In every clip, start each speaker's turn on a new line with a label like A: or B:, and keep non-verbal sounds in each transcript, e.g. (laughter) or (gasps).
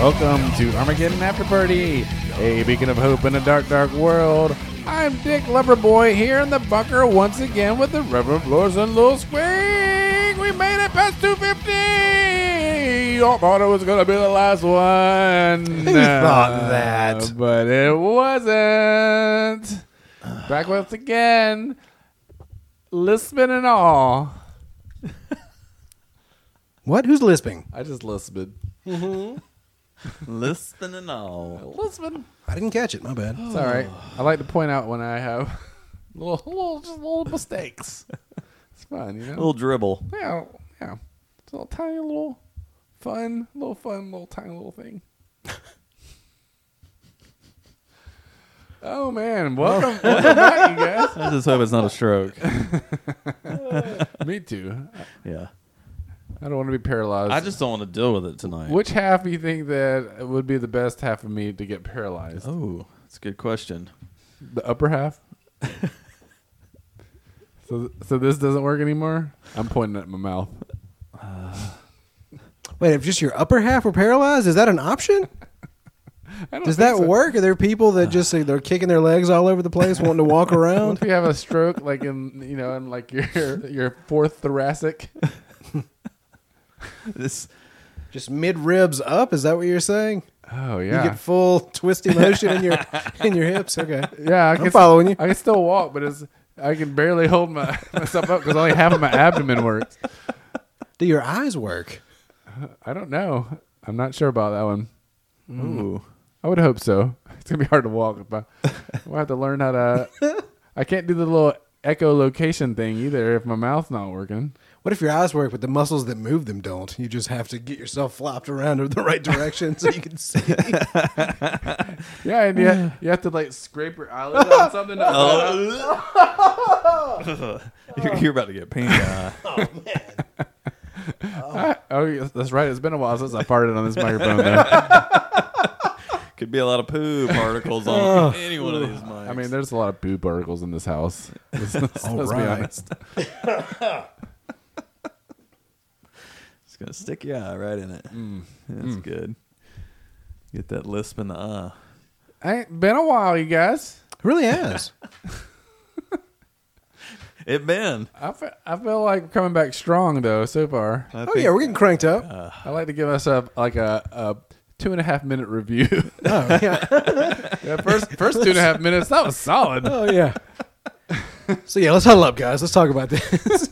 A: Welcome to Armageddon After Party, a beacon of hope in a dark, dark world. I'm Dick Loverboy here in the bunker once again with the Reverend Floors and Lil Squeak. We made it past 250. I thought it was going to be the last one.
B: (laughs)
A: Uh,
B: Who thought that?
A: But it wasn't. Back once again, Lisbon and all.
B: What? Who's lisping?
A: I just Lisbon.
C: Lisping and all.
A: Lisbon.
B: I didn't catch it. My bad.
A: It's all right. I like to point out when I have (laughs) little, little, just little
C: (laughs)
A: mistakes. It's fun, you know.
C: A little dribble.
A: yeah, yeah. It's a little tiny, little fun, little fun, little tiny little
C: (laughs)
A: thing. oh man, welcome,
C: (laughs)
A: welcome back, you guys.
C: I just hope it's not a stroke. (laughs)
A: Me too.
C: Yeah.
A: I don't want to be paralyzed.
C: I just don't want to deal with it tonight.
A: Which half do you think that would be the best half of me to get paralyzed?
C: Oh, that's a good question.
A: The upper half. so, so this doesn't work anymore. I'm pointing at my mouth.
B: Wait, if just your upper half were paralyzed, is that
A: (laughs)
B: an option?
A: I don't
B: Does
A: think
B: that
A: so. Uh.
B: work? Are there people that just say they're kicking their legs all over the place, wanting to
A: (laughs)
B: walk
A: Well,
B: around?
A: if you have a stroke, like in you know, in like your your fourth thoracic,
C: This
B: Just mid ribs up? Is that what you're saying?
A: oh
B: You
A: yeah,
B: get full twisty motion
A: (laughs)
B: in your in your hips. Okay.
A: yeah, I
B: I'm following you.
A: I can still walk, but it's I can barely hold my (laughs) myself up because only half of my abdomen works.
B: Do your eyes work?
A: I don't know. I'm not sure about that one.
C: ooh.
A: I would hope so. (laughs) It's gonna be hard to walk, but I have to learn how to. I can't do the little echolocation thing either if my mouth's not working.
B: What if your eyes work, but the muscles that move them don't? You just have to get yourself flopped around in the right direction so you can see.
A: (laughs) Yeah, and you, you have to like scrape your eyelids on something. To
C: Oh. you're, you're about to get pink eye.
A: Oh, yes, that's right. It's been a while since I farted on this microphone. Though.
C: (laughs) Could be a lot of poo (laughs) particles on any one of these mics.
A: I mean, there's a lot of boob particles in this house. (laughs) Let's, let's
B: All
A: be
B: right.
A: honest.
C: it's gonna stick your eye right in it. Mm. That's good. Get that lisp in the eye.
A: Hey, been a while, you guys.
B: really has.
C: It been.
A: I fe- I feel like we're coming back strong though so far.
C: I
B: Oh
C: think-
B: yeah, we're getting cranked up.
A: I like to give us a like a, a two and a half minute review.
B: (laughs) oh
A: (laughs)
B: yeah.
A: that first first two and a half minutes that was solid.
B: Oh yeah. so yeah, let's huddle up, guys. Let's talk about this.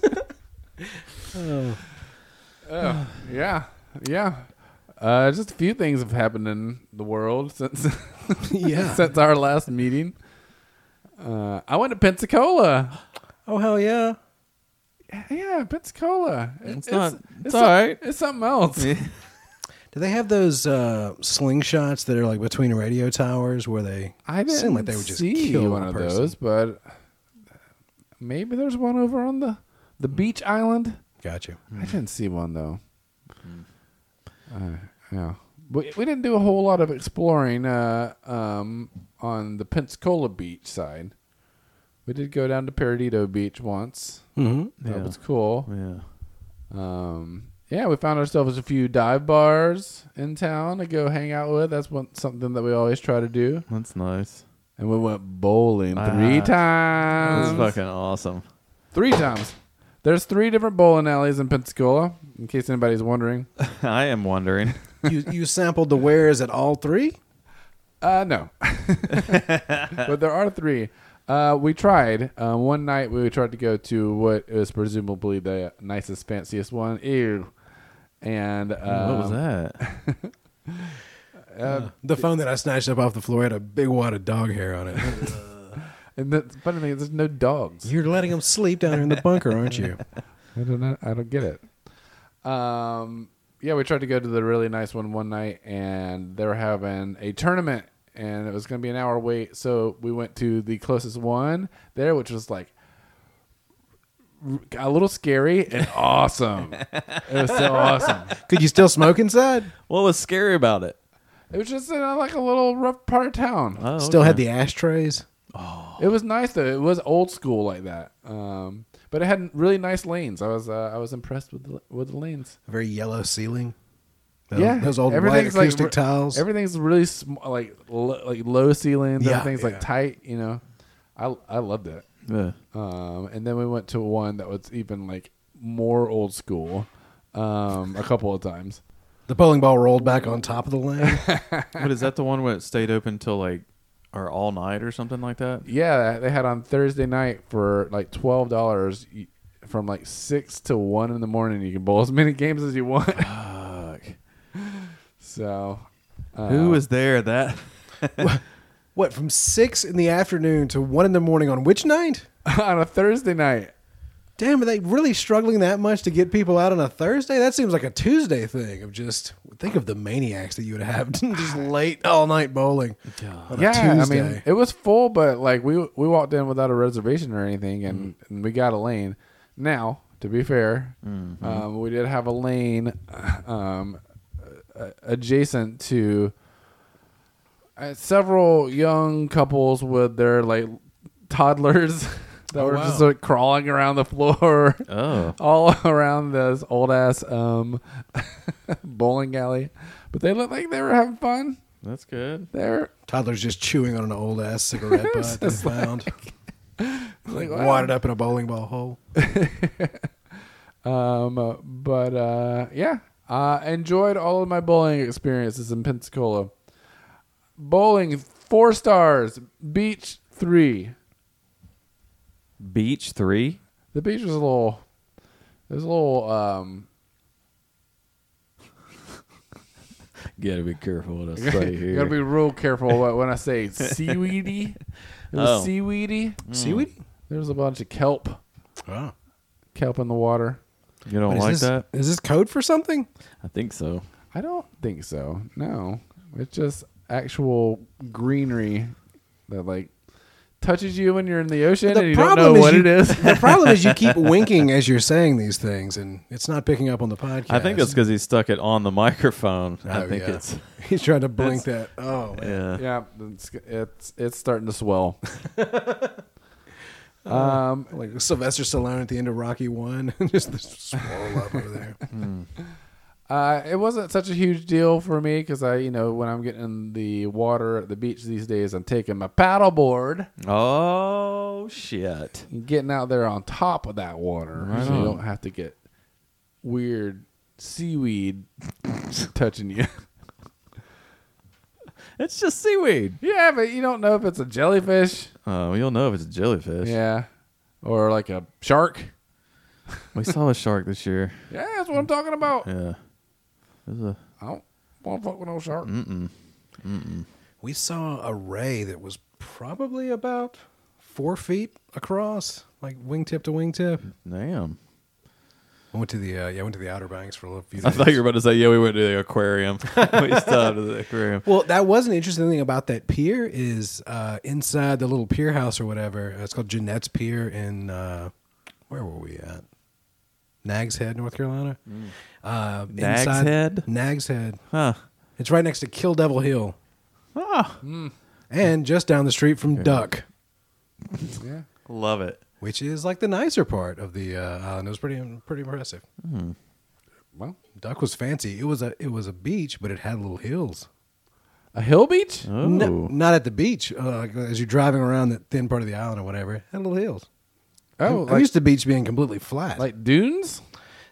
A: Oh, yeah, yeah. Uh, just a few things have happened in the world since
B: (laughs) (laughs)
A: (laughs)
B: yeah.
A: since our last meeting. Uh, I went to
B: (gasps)
A: Pensacola.
B: oh hell yeah.
A: Yeah, Pensacola. It-
C: It's not- (laughs) it's
A: some-
C: all right.
A: It's something else.
B: Do they have those uh, slingshots that are like between radio towers where they
A: I didn't
B: seem like they would just
A: see
B: kill
A: one
B: a
A: of
B: person?
A: those, but maybe there's one over on the the beach island.
B: Got you.
A: I didn't see one though.
C: Hmm.
A: Uh, yeah, we we didn't do a whole lot of exploring uh, um, on the Pensacola beach side. We did go down to Perdido Beach once.
B: Mm-hmm.
A: That
C: Yeah.
A: was cool.
C: Yeah.
A: Um, yeah, we found ourselves a few dive bars in town to go hang out with. That's one something that we always try to do.
C: That's nice.
A: And we went bowling
C: Ah.
A: three
C: That's
A: times.
C: fucking awesome.
A: Three times. There's three different bowling alleys in Pensacola, in case anybody's wondering.
C: (laughs) I am wondering.
B: you you sampled the wares at all three?
A: Uh,
C: (laughs)
A: no. but there are three. Uh, we tried. Uh, one night we tried to go to what is presumably the nicest, fanciest one. Ew. And uh,
C: what was that?
B: Uh, The phone that I snatched up off the floor had a big wad of dog hair
A: (laughs)
B: on it.
A: And the funny thing is, there's no dogs.
B: You're letting them sleep down in the bunker, aren't you?
A: I don't know. I don't get it. Um, yeah, we tried to go to the really nice one one night, and they were having a tournament, and it was going to be an hour wait. So we went to the closest one there, which was like r- a little scary and (laughs) awesome. it was so awesome.
B: Could you still
A: (laughs)
B: smoke inside?
C: What was scary about it?
A: It was just in a, like a little rough part of town.
C: Oh,
B: Still
C: okay.
B: had the ashtrays?
A: It was nice though. It was old school like that. Um, but it had really nice lanes. I was uh, I was impressed with the, with the lanes.
B: A very yellow ceiling. Those-
A: yeah,
B: those old white
A: everything's
B: acoustic
A: re-
B: tiles.
A: Everything's really sm- like lo- like low ceilings.
B: Yeah,
A: everything's
B: yeah.
A: like tight. You know, I I loved it.
C: Uh,
A: Um, and then we went to one that was even like more old school. Um, a couple of times.
B: the bowling ball rolled back on top of the lane.
C: but is that the one where it stayed open till like or all night or something like (laughs) that?
A: Yeah, they had on Thursday night for like twelve dollars. From like six to one in the morning, you can bowl as many games as you want.
C: Fuck.
A: (laughs) So, (laughs) uh,
C: Who was there that?
B: what from six in the afternoon to one in the morning on which night?
A: on a Thursday night?
B: Damn, are they really struggling that much to get people out on a Thursday? That seems like a Tuesday thing of just think of the maniacs that you would have (laughs) just late all night bowling. on a
A: yeah, I
B: Tuesday.
A: mean, it was full, but like we we walked in without a reservation or anything, and,
B: Mm.
A: and we got a lane. Now, to be fair,
B: Mm-hmm.
A: um, we did have a lane um, uh, adjacent to uh, several young couples with their like toddlers (laughs) that
B: Oh,
A: were
B: wow. Uh.
A: just like, crawling around the
B: (laughs)
A: floor.
C: (laughs) Oh,
A: all around this old ass um, (laughs) bowling alley, but they looked like they were having fun.
C: that's good.
A: They were
B: toddlers just chewing on an old
A: (laughs)
B: ass cigarette butt they found, like,
A: like, wow.
B: wadded up in a bowling ball hole.
A: Um, uh, but uh, yeah, uh, enjoyed all of my bowling experiences in Pensacola. Bowling four stars, beach three.
C: Beach three.
A: The beach was a little, it was a little. Um,
C: (laughs) Gotta be careful what I say
A: you
C: here.
A: gotta be real careful what, when I
C: (laughs)
A: say seaweedy. It was
C: Oh.
A: seaweedy.
B: Seaweed?
A: There was a bunch of kelp,
B: Oh.
A: kelp in the water.
C: You don't
B: What is
C: like
B: this,
C: that?
B: Is this code for something?
C: I think so.
A: I don't think so. No, it's just actual greenery that like touches you when you're in the ocean and you don't know what
B: you,
A: it
B: (laughs)
A: is.
B: the problem is
A: (laughs)
B: you keep winking as you're saying these things, and it's not picking up on the podcast.
C: I think that's because he stuck it on the microphone. I
B: Oh,
C: think
B: yeah.
C: it's
B: (laughs) he's trying to blink that. Oh, man.
C: yeah.
A: yeah, it's it's it's starting to swell. um,
B: like Sylvester Stallone at the end of Rocky One, (laughs) just the swirl up over there.
A: uh, it wasn't such a huge deal for me because I, you know, when I'm getting in the water at the beach these days, I'm taking my paddleboard
C: Oh shit!
A: and getting out there on top of that water,
C: Right
A: so you
C: on.
A: don't have to get weird seaweed (laughs) touching you.
C: It's just seaweed.
A: Yeah, but you don't know if it's a jellyfish.
C: Oh, you'll know if it's a jellyfish.
A: Yeah. Or like a shark.
C: We saw a shark this year.
A: Yeah, that's what I'm talking about.
C: Yeah. It was a
A: I don't want to fuck with no shark.
B: (laughs) We saw a ray that was probably about four feet across, like wingtip to wingtip.
C: damn.
B: I went to the uh, yeah, I went to the Outer Banks for a little few.
C: I
B: Days.
C: thought you were about to say, yeah, we went to the aquarium. (laughs) we stopped at the aquarium.
B: Well, that was an interesting thing about that pier is uh, inside the little pier house or whatever. uh, It's called Jeanette's Pier in uh, where were we at? Nags Head, North Carolina. Uh,
C: Mm. Nags
B: inside-
C: Head?
B: Nags Head.
C: Huh.
B: It's right next to Kill Devil Hill,
C: Ah,
B: and just down the street from Duck,
A: Yeah.
C: love it.
B: which is like the nicer part of the uh, island. It was pretty pretty impressive.
A: Well,
B: Duck was fancy. It was a it was a beach, but it had little hills.
A: a hill beach?
C: Oh,
B: No, not at the beach. Uh, like, as you're driving around that thin part of the island or whatever, it had little hills.
A: Oh,
B: I'm, I'm
A: like,
B: used to beach being completely flat.
A: like dunes?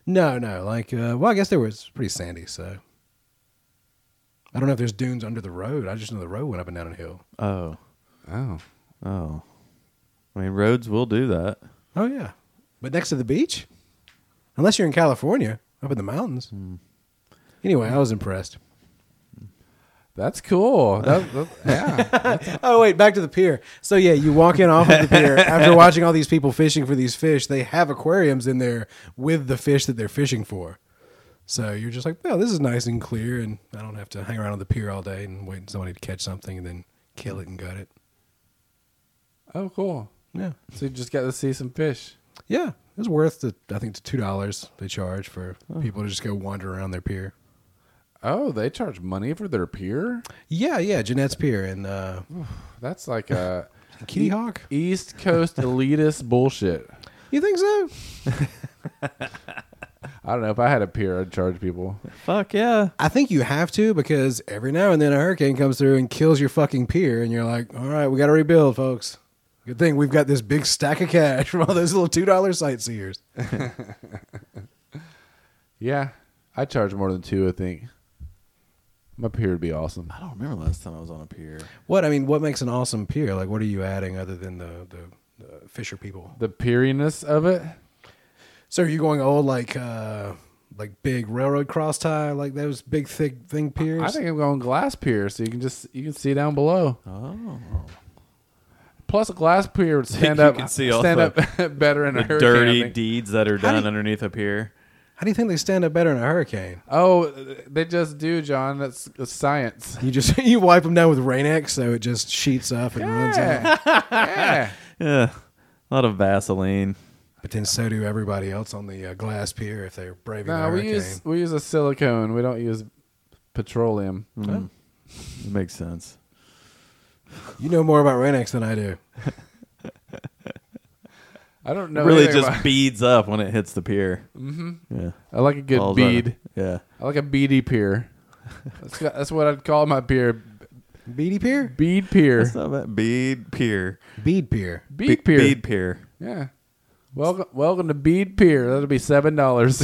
B: no, no, like uh, well, I guess there was pretty sandy, so I don't know if there's dunes under the road. I just know the road went up and down a hill.
C: oh,
A: Oh.
C: oh. I mean, roads will do that.
B: Oh yeah, but next to the beach, unless you're in California, up in the mountains. Anyway, I was impressed.
A: That's cool. That, that, (laughs) yeah.
B: Oh wait, back to the pier. So yeah, you walk in off of the pier after watching all these people fishing for these fish. They have aquariums in there with the fish that they're fishing for. So you're just like, oh, this is nice and clear, and I don't have to hang around on the pier all day and wait for somebody to catch something and then kill it and gut it.
A: Oh, cool.
B: Yeah,
A: So you just got to see some fish.
B: yeah, it was worth the I think the two dollars they charge for people to just go wander around their pier.
A: Oh, they charge money for their pier?
B: Yeah, yeah, Jeanette's Pier and uh,
A: That's like (laughs) a
B: Kitty Hawk.
A: East Coast elitist bullshit.
B: You think so?
A: I don't know if I had a pier, I'd charge people.
C: Fuck yeah.
B: I think you have to because every now and then a hurricane comes through and kills your fucking pier, and you're like, all right, we got to rebuild, folks. Good thing we've got this big stack of cash from all those little two dollar sightseers.
A: Yeah, I charge more than two. I think my pier would be awesome.
C: I don't remember last time I was on a pier.
B: What I mean, what makes an awesome pier? Like, what are you adding other than the the, the fisher people?
A: The peeriness of it.
B: So are you going old like uh like big railroad cross tie, like those big thick thing piers?
A: I think I'm going glass pier, so you can just you can see down below.
C: Oh.
A: Plus, a glass pier would stand
C: (laughs) you
A: up
C: can see all
A: stand up (laughs)
C: the-
A: better in
C: The
A: a hurricane. I
C: dirty
A: think.
C: deeds that are
B: How do
C: done
B: you-
C: underneath a pier.
B: How do you think they stand up better in a hurricane?
A: Oh, they just do, John. That's, that's
C: (laughs)
A: science.
B: You just (laughs) you wipe them down with Rain-X so it just sheets up and runs out.
A: Yeah. yeah.
C: Yeah. A lot of Vaseline.
B: But then so do everybody else on the uh, glass pier if they're braving the
A: No, we
B: hurricane.
A: use we use a silicone. We don't use petroleum.
C: Mm. It makes sense.
B: You know more about Rain-X than I do.
A: I don't know.
C: really
A: anything
C: just
A: about-
C: beads up when it hits the pier.
A: Mhm.
C: Yeah.
A: I like a good
C: Balls on it.
A: bead.
C: Yeah.
A: I like a beady
C: (laughs)
A: pier. That's, got- that's what I'd call my pier.
B: Beady pier?
A: Bead pier.
C: That's not bad. Bead pier.
B: Bead pier.
A: Bead
C: Be-
A: pier.
C: Bead pier.
A: Yeah. Welcome, welcome to Bead Pier. That'll be seven
C: (laughs)
A: dollars.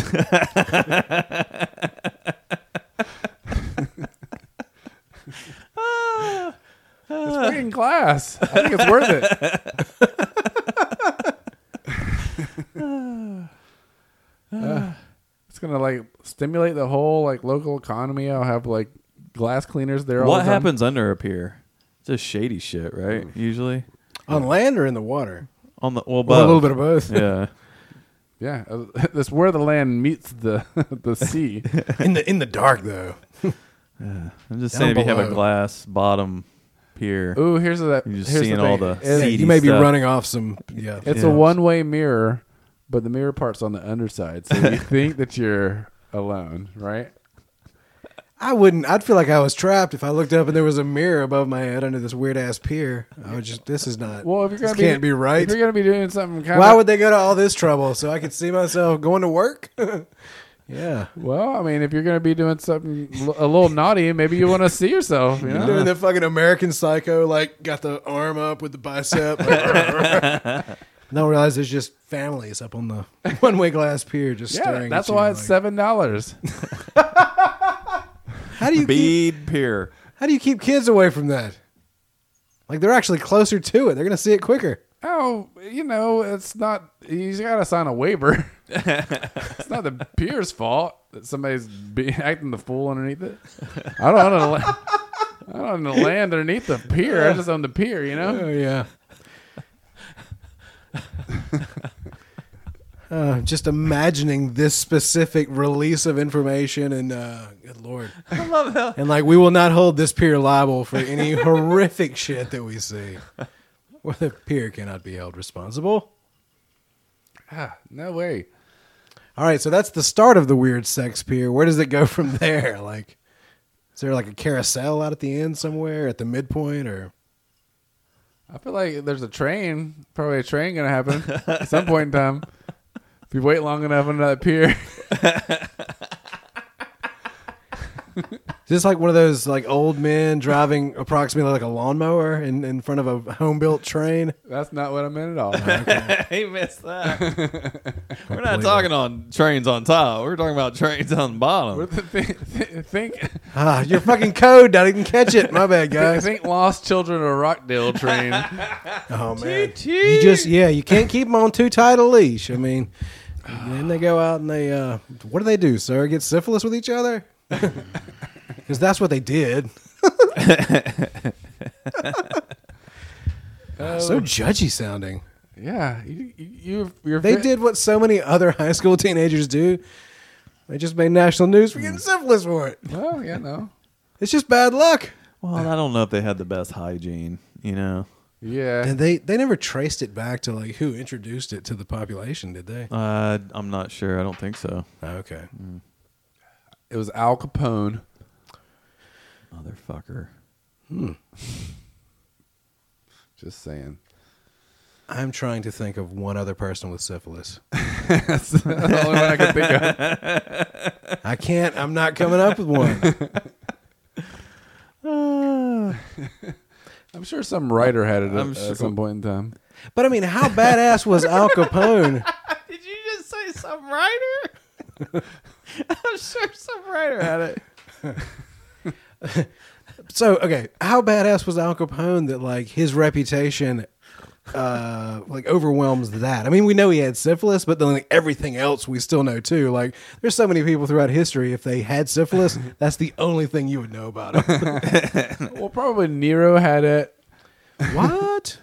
A: it's freaking glass. I think it's worth
C: (sighs)
A: it. Uh, it's gonna like stimulate the whole like local economy. I'll have like glass cleaners there. all
C: What
A: the time.
C: happens under a pier? Just shady shit, right? Usually
B: On land or in the water?
C: on the well,
B: Well, a little
C: both.
B: bit of both.
C: (laughs) yeah.
A: Yeah, (laughs) uh, that's where the land meets the (laughs) the sea.
B: in the in the dark though.
C: I'm just
B: Down
C: saying, if you have a
B: below.
C: glass bottom pier,
A: Ooh, here's that.
C: You're just
A: here's
C: seeing
A: the
C: all
A: thing.
C: the
A: It-
B: Yeah,
C: seedy
B: you may be
C: stuff.
B: running off some. Yeah,
A: It's
C: Yeah.
A: a one way mirror, but the mirror part's on the underside, so
C: (laughs)
A: you think that you're alone, right?
B: I wouldn't. I'd feel like I was trapped if I looked up and there was a mirror above my head under this weird ass pier. I would just. This is not.
A: Well, if you're
B: this
A: gonna
B: can't be, right.
A: if you're gonna be doing something kind
B: Why
A: of
B: would they go to all this trouble so I could see myself going to work? (laughs) yeah,
A: well, I mean, if you're gonna be doing something l- a little naughty, maybe you want to see yourself. You
B: I'm
A: know?
B: doing the fucking American Psycho, like got the arm up with the bicep. no, realize there's just families up on the one way glass pier, just
A: yeah,
B: staring.
A: that's
B: at
A: why
B: you,
A: it's
B: like,
A: seven dollars.
B: How do you keep, (laughs)
C: bead pier.
B: how do you keep kids away from that? Like they're actually closer to it. They're gonna see it quicker.
A: Oh, you know, it's not. You gotta sign a waiver. it's not the peer's fault that somebody's be, acting the fool underneath it. I don't own a la- I don't own the land underneath the pier. I just own the pier. You know.
B: Oh yeah. Uh, just imagining this specific release of information, and uh, good lord,
C: I love how
B: and like we will not hold this peer liable for any horrific shit that we see. Where the peer cannot be held responsible.
A: Ah, no way.
B: All right, so that's the start of the weird sex pier. Where does it go from (laughs) there? Like, is there like a carousel out at the end somewhere, at the midpoint, or
A: I feel like there's a train. Probably a train gonna happen at some point in time. If you wait long enough under that pier, (laughs)
B: Is this like one of those like old men driving approximately like a lawnmower in, in front of a home built train?
A: that's not what I meant at all.
C: (laughs) he
B: (laughs)
C: missed that. We're
B: believe
C: not
B: it.
C: talking on trains on top. We're talking about trains
A: What
C: on the bottom.
A: the thi- thi- think,
B: Ah, your fucking code. I didn't catch it. My
A: (laughs)
B: bad, guys.
A: think lost children of Rockdale train.
B: Oh man, you just yeah, you can't keep them on too tight a leash. I mean, then they go out and they uh, what do they do, sir? Get syphilis with each other? (laughs) Because that's what they did. (laughs) so judgy sounding.
A: Yeah, you, you, you- you're
B: They
A: fit-
B: did what so many other high school teenagers do. They just made national news for getting syphilis for it.
A: Well, yeah, no.
B: It's just bad luck.
C: Well, I don't know if they had the best hygiene. You know,
A: Yeah,
B: And they, they never traced it back to like who introduced it to the population, did they?
C: uh, I'm not sure. I don't think so.
B: Okay.
A: it was Al Capone.
C: (laughs) Motherfucker.
A: Just saying.
B: I'm trying to think of one other person with syphilis.
A: That's the only one I can think of.
B: I can't. I'm not coming up with
A: (laughs)
B: one.
A: I'm sure some writer had it at,
C: I'm
A: at
C: sure-
A: some point in time.
B: But I mean, how badass was Al Capone?
C: Did you just say some writer? (laughs) I'm sure some writer had it.
B: So okay, how badass was Al Capone that like his reputation uh like overwhelms that. I mean, we know he had syphilis, but then like everything else we still know too. Like there's so many people throughout history if they
A: (laughs)
B: had syphilis, that's the only thing you would know about them.
A: Well, probably Nero had it.
B: what?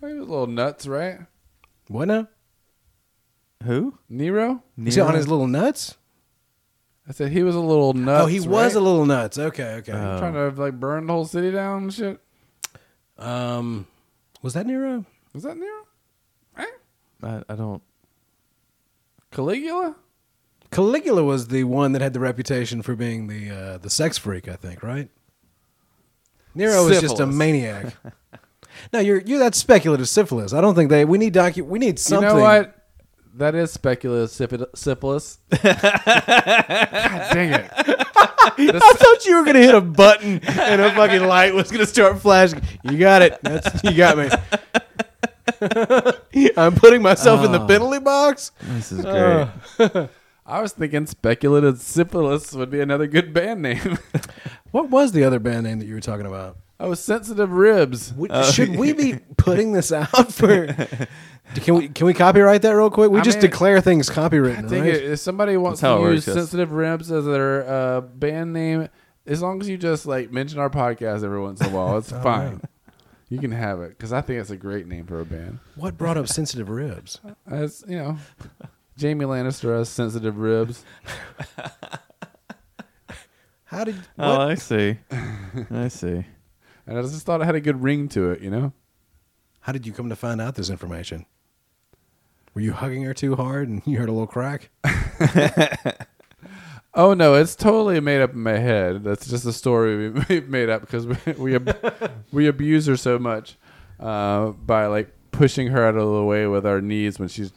A: He was a little nuts, right?
B: What now?
C: Who?
A: Nero?
B: Is he on his little nuts?
A: I said he was a little nuts.
B: oh, he was
A: right? Oh.
B: a little nuts. Okay, okay.
A: trying to like burn the whole city down and shit.
B: um was that Nero?
A: Was that Nero? Eh?
C: I,
B: (laughs)
C: I don't.
A: Caligula?
B: Caligula was the one that had the reputation for being the uh, the sex freak, I think, right? Nero was just a
A: Syphilis.
B: maniac. no, you're you that's speculative syphilis. I don't think they we need docu we need something.
A: You know what? That is speculative syphil- syphilis. God dang it.
B: (laughs) I thought you were gonna hit a button and a fucking light was gonna start flashing. You got it. That's you got me. I'm putting myself in
A: Oh.
B: the penalty box.
C: This is great.
A: I was thinking speculative syphilis would be another good band name. (laughs)
B: What was the other band name that you were talking about?
A: oh, sensitive ribs.
B: We, should we be putting this out for? Can we can we copyright that real quick? We
A: I
B: just
A: mean-
B: declare things copywritten,
A: I think
B: right?
A: it, if somebody wants
C: That's how
A: to
C: it
A: use
C: works, yes.
A: sensitive ribs as their uh, band name, as long as you just like mention our podcast every once in a while,
C: (laughs)
A: it's fine. You can have it because I think it's a great name for a band.
B: What brought up sensitive ribs?
A: As you know, Jamie Lannister has sensitive ribs.
B: How did what?
A: Uh,
C: Oh, I (laughs) see. I see.
A: And I just thought it had a good ring to it, you know?
B: how did you come to find out this information? Were you hugging her too hard and (laughs) you heard a little crack?
A: Oh, no, it's totally made up in my head. That's just a story we- (laughs) we made up because we, we, ab- we abuse her so much uh, by like pushing her out of the way with our knees when she's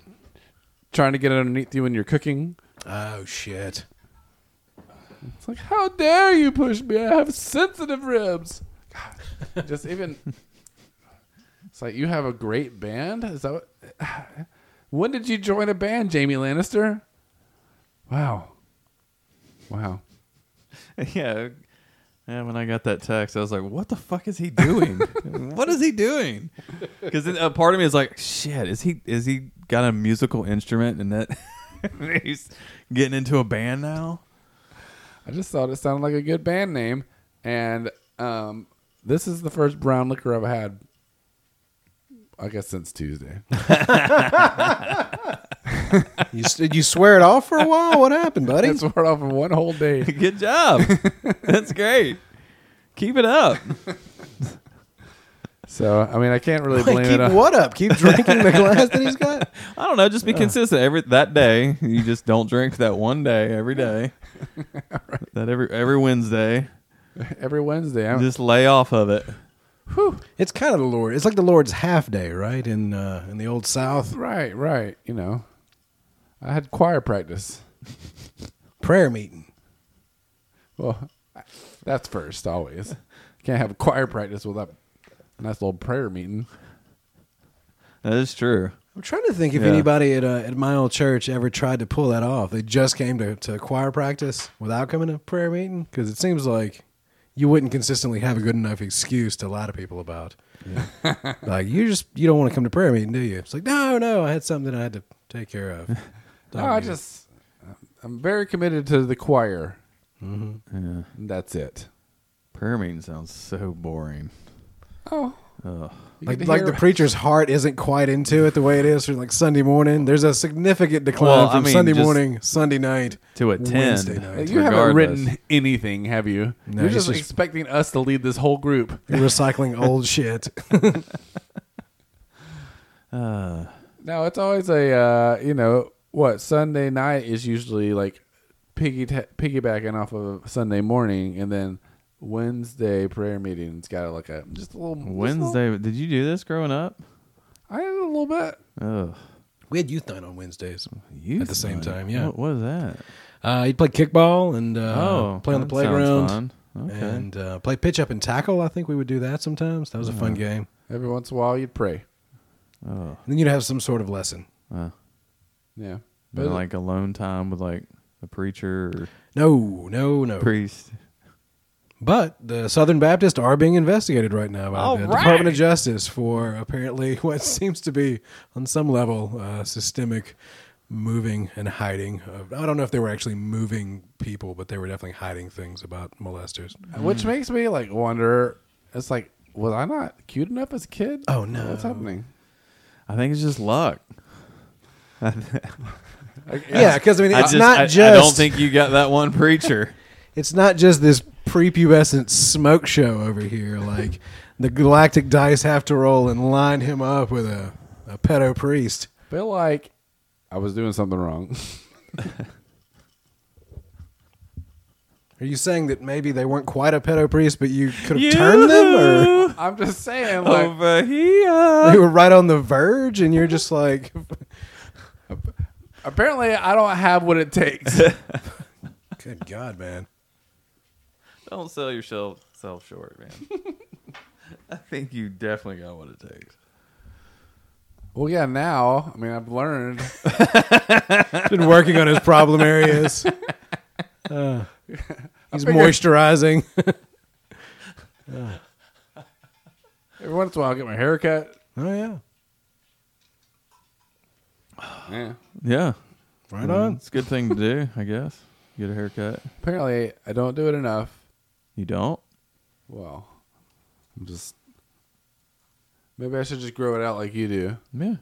A: trying to get underneath you when you're cooking.
B: Oh shit!
A: It's like, how dare you push me? I have sensitive ribs. God, just even. It's like you have a great band. Is that what? (sighs) When did you join a band, Jamie Lannister? Wow. Wow.
C: (laughs) Yeah. Yeah, when I got that text, I was like, "What the fuck is he doing? (laughs) what is he (laughs) doing?" Because a part of me is like, "Shit, is he is he got a musical instrument and that (laughs) he's getting into a band now?" (laughs)
A: I just thought it sounded like a good band name, and um, this is the first brown liquor I've had. I guess since Tuesday.
B: You s- did you swear it off for a while? What happened, buddy?
A: It's worn off in one whole day.
B: (laughs)
C: Good (laughs) job. That's great. Keep it up.
A: So I mean, I can't really
B: Like,
A: blame
B: keep
A: it on
B: what up? Keep drinking the glass that
A: (laughs)
B: he's got.
C: I don't know. Just be consistent every that day. You just don't drink that one day (laughs) every day. That every every Wednesday.
A: every Wednesday. I'm,
C: Just lay off of it.
B: It's kind of the Lord. It's like the Lord's half day, right? In uh, in the old South,
A: Right, right. You know, I had choir practice.
B: prayer meeting.
A: Well, that's first always. Can't have choir practice without a nice little prayer meeting.
C: That is true.
B: I'm trying to think if
C: Yeah.
B: anybody at uh, at my old church ever tried to pull that off. They just came to, to choir practice without coming to prayer meeting because it seems like you wouldn't consistently have a good enough excuse to lie to people about. like you just you don't want to come to prayer meeting, do you? It's like no, no, I had something that I had to take care
C: (laughs)
B: of.
A: No, I just I'm very committed to the choir.
B: Mm-hmm.
C: Yeah.
A: That's it.
C: Prayer meeting sounds so boring.
A: Oh,
C: Ugh.
A: you
B: like
A: get to
B: like the
A: hear-
B: preacher's heart isn't quite into it the way it is for like Sunday morning. There's a significant decline
C: Well, I
B: from
C: mean,
B: Sunday
C: just
B: morning, Sunday night
C: To
B: Wednesday
C: attend.
B: night.
A: Uh, you haven't
C: regardless.
A: written anything, have you?
B: No,
A: You're
B: he's
A: just,
B: just-
A: expecting us to lead this whole group.
B: You're recycling
C: (laughs)
B: old shit.
C: Uh,
A: No, it's always a uh, you know what Sunday night is usually like piggy piggybacking off of Sunday morning, and then Wednesday prayer meeting's got like a just a little just a little-
C: Wednesday. Did you do this growing up?
A: I had a little bit.
C: Ugh.
B: We had youth night on Wednesdays.
C: Youth
B: At the same
C: night. Oh.
B: time, yeah.
C: What, what is that?
B: Uh, you'd play kickball and uh,
C: oh,
B: play on the
C: that sounds
B: playground
C: fun. Okay.
B: and uh, play pitch up and tackle. I think we would do that sometimes. That was a fun game.
A: Every once in a while, you'd pray.
C: oh,
B: And then you'd have some sort of lesson.
C: wow.
A: Yeah.
C: Been like alone time with like a preacher or
B: No, no, no.
C: priest.
B: But the Southern Baptists are being investigated right now by
C: All
B: the
C: right.
B: Department of Justice for apparently (laughs) what seems to be, on some level, uh, systemic moving and hiding. Of, I don't know if they were actually moving people, but they were definitely hiding things about molesters.
A: Which makes me like wonder. It's like, was I not cute enough as a kid?
B: Oh, no.
A: what's happening?
C: I think it's just luck.
B: Yeah, because I mean,
C: I
B: it's
C: just,
B: not
C: I, I
B: just.
C: don't think you got that one preacher.
B: (laughs) it's not just this prepubescent smoke show over here. Like the galactic dice have to roll and line him up with a, a pedo priest.
A: Feel like I was doing something wrong. (laughs)
B: Are you saying that maybe they weren't quite a pedo priest, but you could have turned them, or
C: You
A: I'm just saying, like,
C: over
B: they (laughs)
C: here.
B: were right on the verge, and you're just like,
A: apparently, I don't have what it (laughs) takes.
B: "Good God, man!"
C: Don't sell yourself self short, man.
B: (laughs)
C: I think you definitely got what it takes.
A: well, yeah. Now, I mean, I've learned.
B: (laughs) Been working on his problem (laughs) areas. Uh, he's
A: figure-
B: moisturizing.
A: Every once in a while, I get my hair cut.
B: oh yeah,
A: Yeah.
C: Yeah.
B: right on.
C: Mm-hmm. It's a good thing to do, I guess. Get a haircut.
A: Apparently, I don't do it enough.
C: You don't?
A: Well, I'm just. Maybe I should just grow it out like you do.
C: Yeah.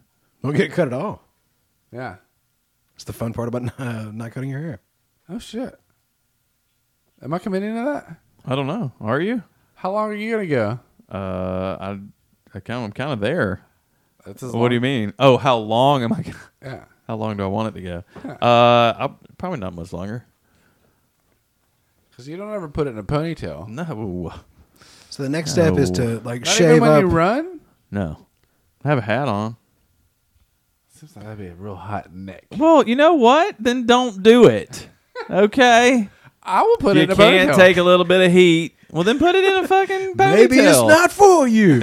B: Don't get cut at all.
A: Yeah.
B: It's the fun part about uh, not cutting your hair.
A: Oh shit. Am I committing to that?
C: I don't know. Are you?
A: How long are you gonna go?
C: Uh, I, I kind of, I'm kind of there.
A: That's as
C: What do you mean? Oh, how long am I? gonna-
A: Yeah.
C: (laughs) How long do I want it to (laughs) go? Uh, I'll, probably not much longer.
A: Because you don't ever put it in a ponytail.
C: No,
B: So the next step is
C: No.
B: to like
A: Not even
B: shave
A: when
B: up.
A: you run.
C: no. I have a hat on.
A: Seems like that'd be a real hot neck.
C: Well, you know what? Then don't do (laughs) it. Okay.
A: I will put
C: you
A: it in a
C: can't
A: ponytail.
C: take a little bit of heat. Well, then put it in a (laughs) fucking ponytail.
B: Maybe it's not
A: (laughs)
B: for you.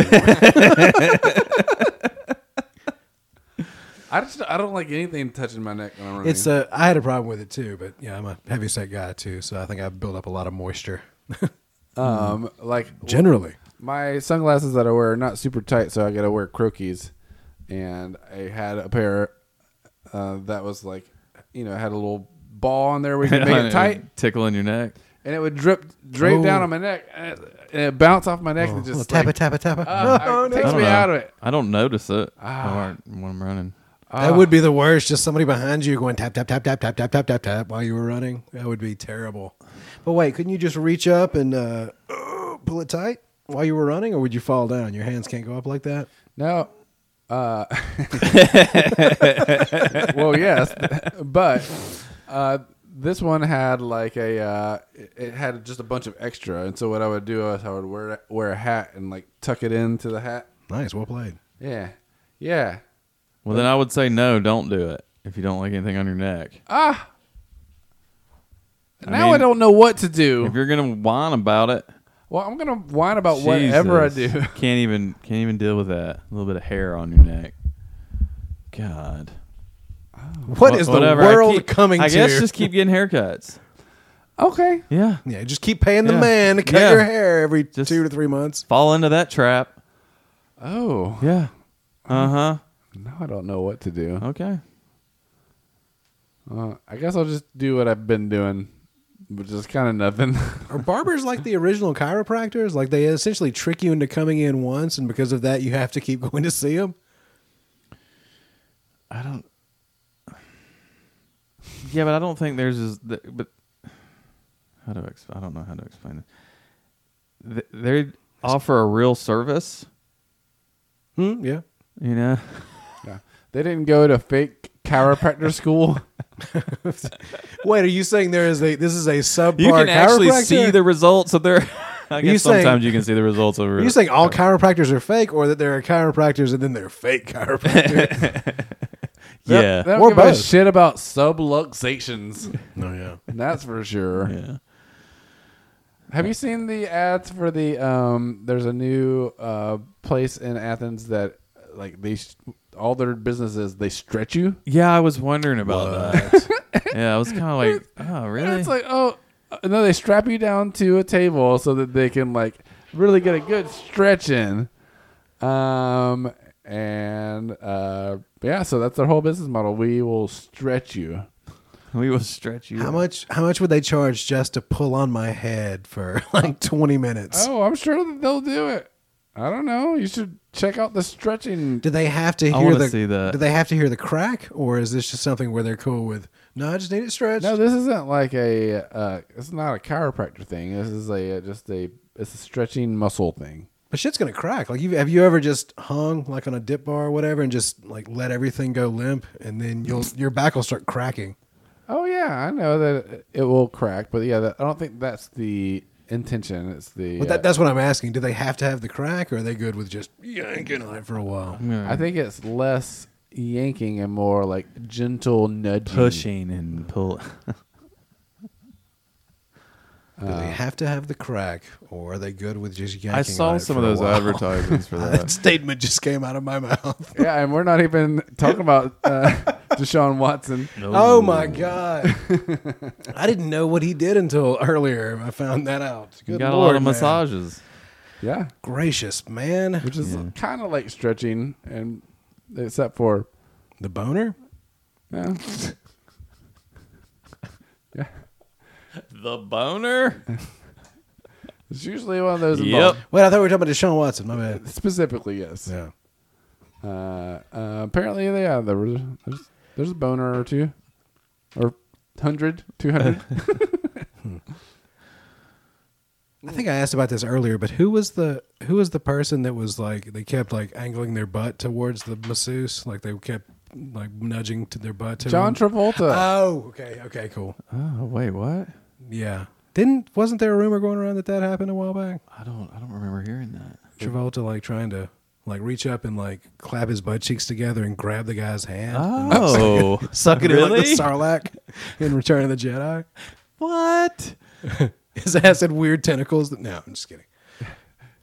A: I just I don't like anything touching my neck when I'm running.
B: it's a. I had a problem with it too, but yeah, I'm a heavy set guy too, so I think I built up a lot of moisture. (laughs)
A: um
B: mm,
A: like
B: Generally,
A: my sunglasses that I wear are not super tight, so I gotta wear croquis. And I had a pair uh, that was like, you know, had a little ball on there where you
B: (laughs)
A: could make it tight,
C: Tickle in your neck.
A: and it would drip drape
B: Oh.
A: down on my neck, and it, and it bounced off my neck and
B: Little
A: just
B: tappa
A: like,
B: tappa tappa.
A: uh, it
C: I
A: takes
C: don't
A: me
C: know.
A: out of it.
C: I don't notice it when I'm running.
A: uh,
B: That would be the worst. Just somebody behind you going tap tap tap tap tap tap tap tap tap while you were running. That would be terrible. But wait, couldn't you just reach up and uh, (clears throat) uh, pull it tight while you were running, or would you fall down? Your hands can't go up like that.
A: No. Uh, (laughs) well, yes, but uh, this one had like a uh, it- it had just a bunch of extra, and so what I would do is I would wear wear a hat and like tuck it into the hat.
B: Nice, well played.
A: Yeah, yeah.
C: Well, then I would say no. Don't do it if you don't like anything on your neck.
A: Ah.
C: I
A: now I
C: mean-
A: don't know what to do.
C: If you're gonna whine about it,
A: Well, I'm gonna whine about whatever I
C: Jesus.
A: do.
C: can't even can't even deal with that. A little bit of hair on your neck. God.
B: what is the
C: Whatever. I
B: world
C: keep-
B: coming
C: I
B: to?
C: guess just keep getting haircuts.
A: (laughs) okay.
C: Yeah.
B: yeah, just keep paying the
C: Yeah.
B: man to cut
C: Yeah.
B: your hair every
C: Just-
B: two to three months.
C: Fall into that trap.
A: Oh,
C: Yeah. Uh huh.
A: now I don't know what to do.
C: Okay.
A: Uh, I guess I'll just do what I've been doing, which is kind of nothing. (laughs)
B: Are barbers like the original chiropractors? Like they essentially trick you into coming in once, and because of that, you have to keep (laughs) going to see them.
C: I don't. Yeah, but I don't think there's as th- but how do I, exp- I don't know how to explain it. Th- They offer a real service,
B: Hmm, yeah.
C: you know.
A: yeah. They didn't go to fake
C: (laughs)
A: chiropractor school.
B: Wait, are you saying there is a this is a subpar
C: (laughs) You can actually
B: chiropractor?
C: see the results of their (laughs) I
B: you
C: guess
B: saying-
C: sometimes (laughs) you can see the results of
B: Are you saying all chiropractors are fake, or that there are chiropractors and then they're fake chiropractors?
C: (laughs)
A: Yep,
C: yeah,
A: (laughs) they don't
B: Or
A: give a
B: both.
A: shit about subluxations.
B: no, Oh, yeah.
A: That's for sure.
C: (laughs) yeah.
A: Have you seen the ads for the um there's a new uh place in Athens that like they s- all their businesses they stretch you?
C: Yeah, I was wondering about that. (laughs) yeah, I was kind of like, oh,
A: And
C: really?
A: it's like, oh, no, they strap you down to a table so that they can like really get a good stretch in. Um, and uh, yeah, so that's their whole business model. We will stretch you.
C: we will stretch you.
B: How much? How much would they charge just to pull on my head for (laughs) like twenty minutes?
A: Oh, I'm sure that they'll do it. I don't know. You should check out the stretching.
B: Do they have to
C: I
B: hear
C: wanna
B: the?
C: see that.
B: Do they have to hear the crack, or is this just something where they're cool with? No, I just need it stretched.
A: No, this isn't like a. Uh, it's not a chiropractor thing. This is a uh, just a. It's a stretching muscle thing.
B: but shit's gonna crack. Like, you have you ever just hung like on a dip bar or whatever, and just like let everything go limp, and then you'll your back will start cracking.
A: Oh yeah, I know that it will crack, but yeah, that, I don't think that's the intention. It's the.
B: But
A: uh,
B: that, that's what I'm asking. Do they have to have the crack, or are they good with just yanking on it for a while?
A: uh, I think it's less yanking and more like gentle
C: Mm.
A: nudging.
C: pushing and pull.
B: Do they have to have the crack, or are they good with just yanking?
C: I saw
B: on it
C: some
B: for
C: of
B: a
C: those
B: while?
C: advertisements (laughs)
B: (laughs)
C: for
B: that
C: that.
B: statement just came out of my mouth.
A: Yeah, and we're not even talking about uh, (laughs) Deshaun Watson.
B: Oh my god! (laughs) I didn't know what he did until earlier. I found that out.
C: You
B: Good
C: got a
B: Lord,
C: lot of
B: man.
C: massages.
A: Yeah,
B: Gracious man,
A: which is
C: Yeah.
A: kind of like stretching, and except for
B: the boner.
A: yeah, (laughs) yeah,
C: The boner.
A: it's usually one of those.
C: yep.
A: Involved.
B: Wait, I thought we were talking about Deshaun Watson. My bad.
A: Specifically, yes.
B: Yeah.
A: Uh, uh, apparently, yeah, there was there's, there's a boner or two, or 100,
B: (laughs)
A: 200.
B: I think I asked about this earlier, but who was the who was the person that was like they kept like angling their butt towards the masseuse, like they kept like nudging to their butt. To
A: John
B: him?
A: Travolta.
B: Oh, okay, okay, cool.
C: Oh wait, what?
B: Yeah, didn't wasn't there a rumor going around that that happened a while back?
C: I don't. I don't remember hearing that.
B: Travolta like trying to like reach up and like clap his butt cheeks together and grab the guy's hand, (laughs) and, like,
C: (laughs) Oh,
B: suck it in like
C: Really?
B: the Sarlacc in Return of the Jedi.
C: what?
B: His ass had weird tentacles. That, no, I'm just kidding.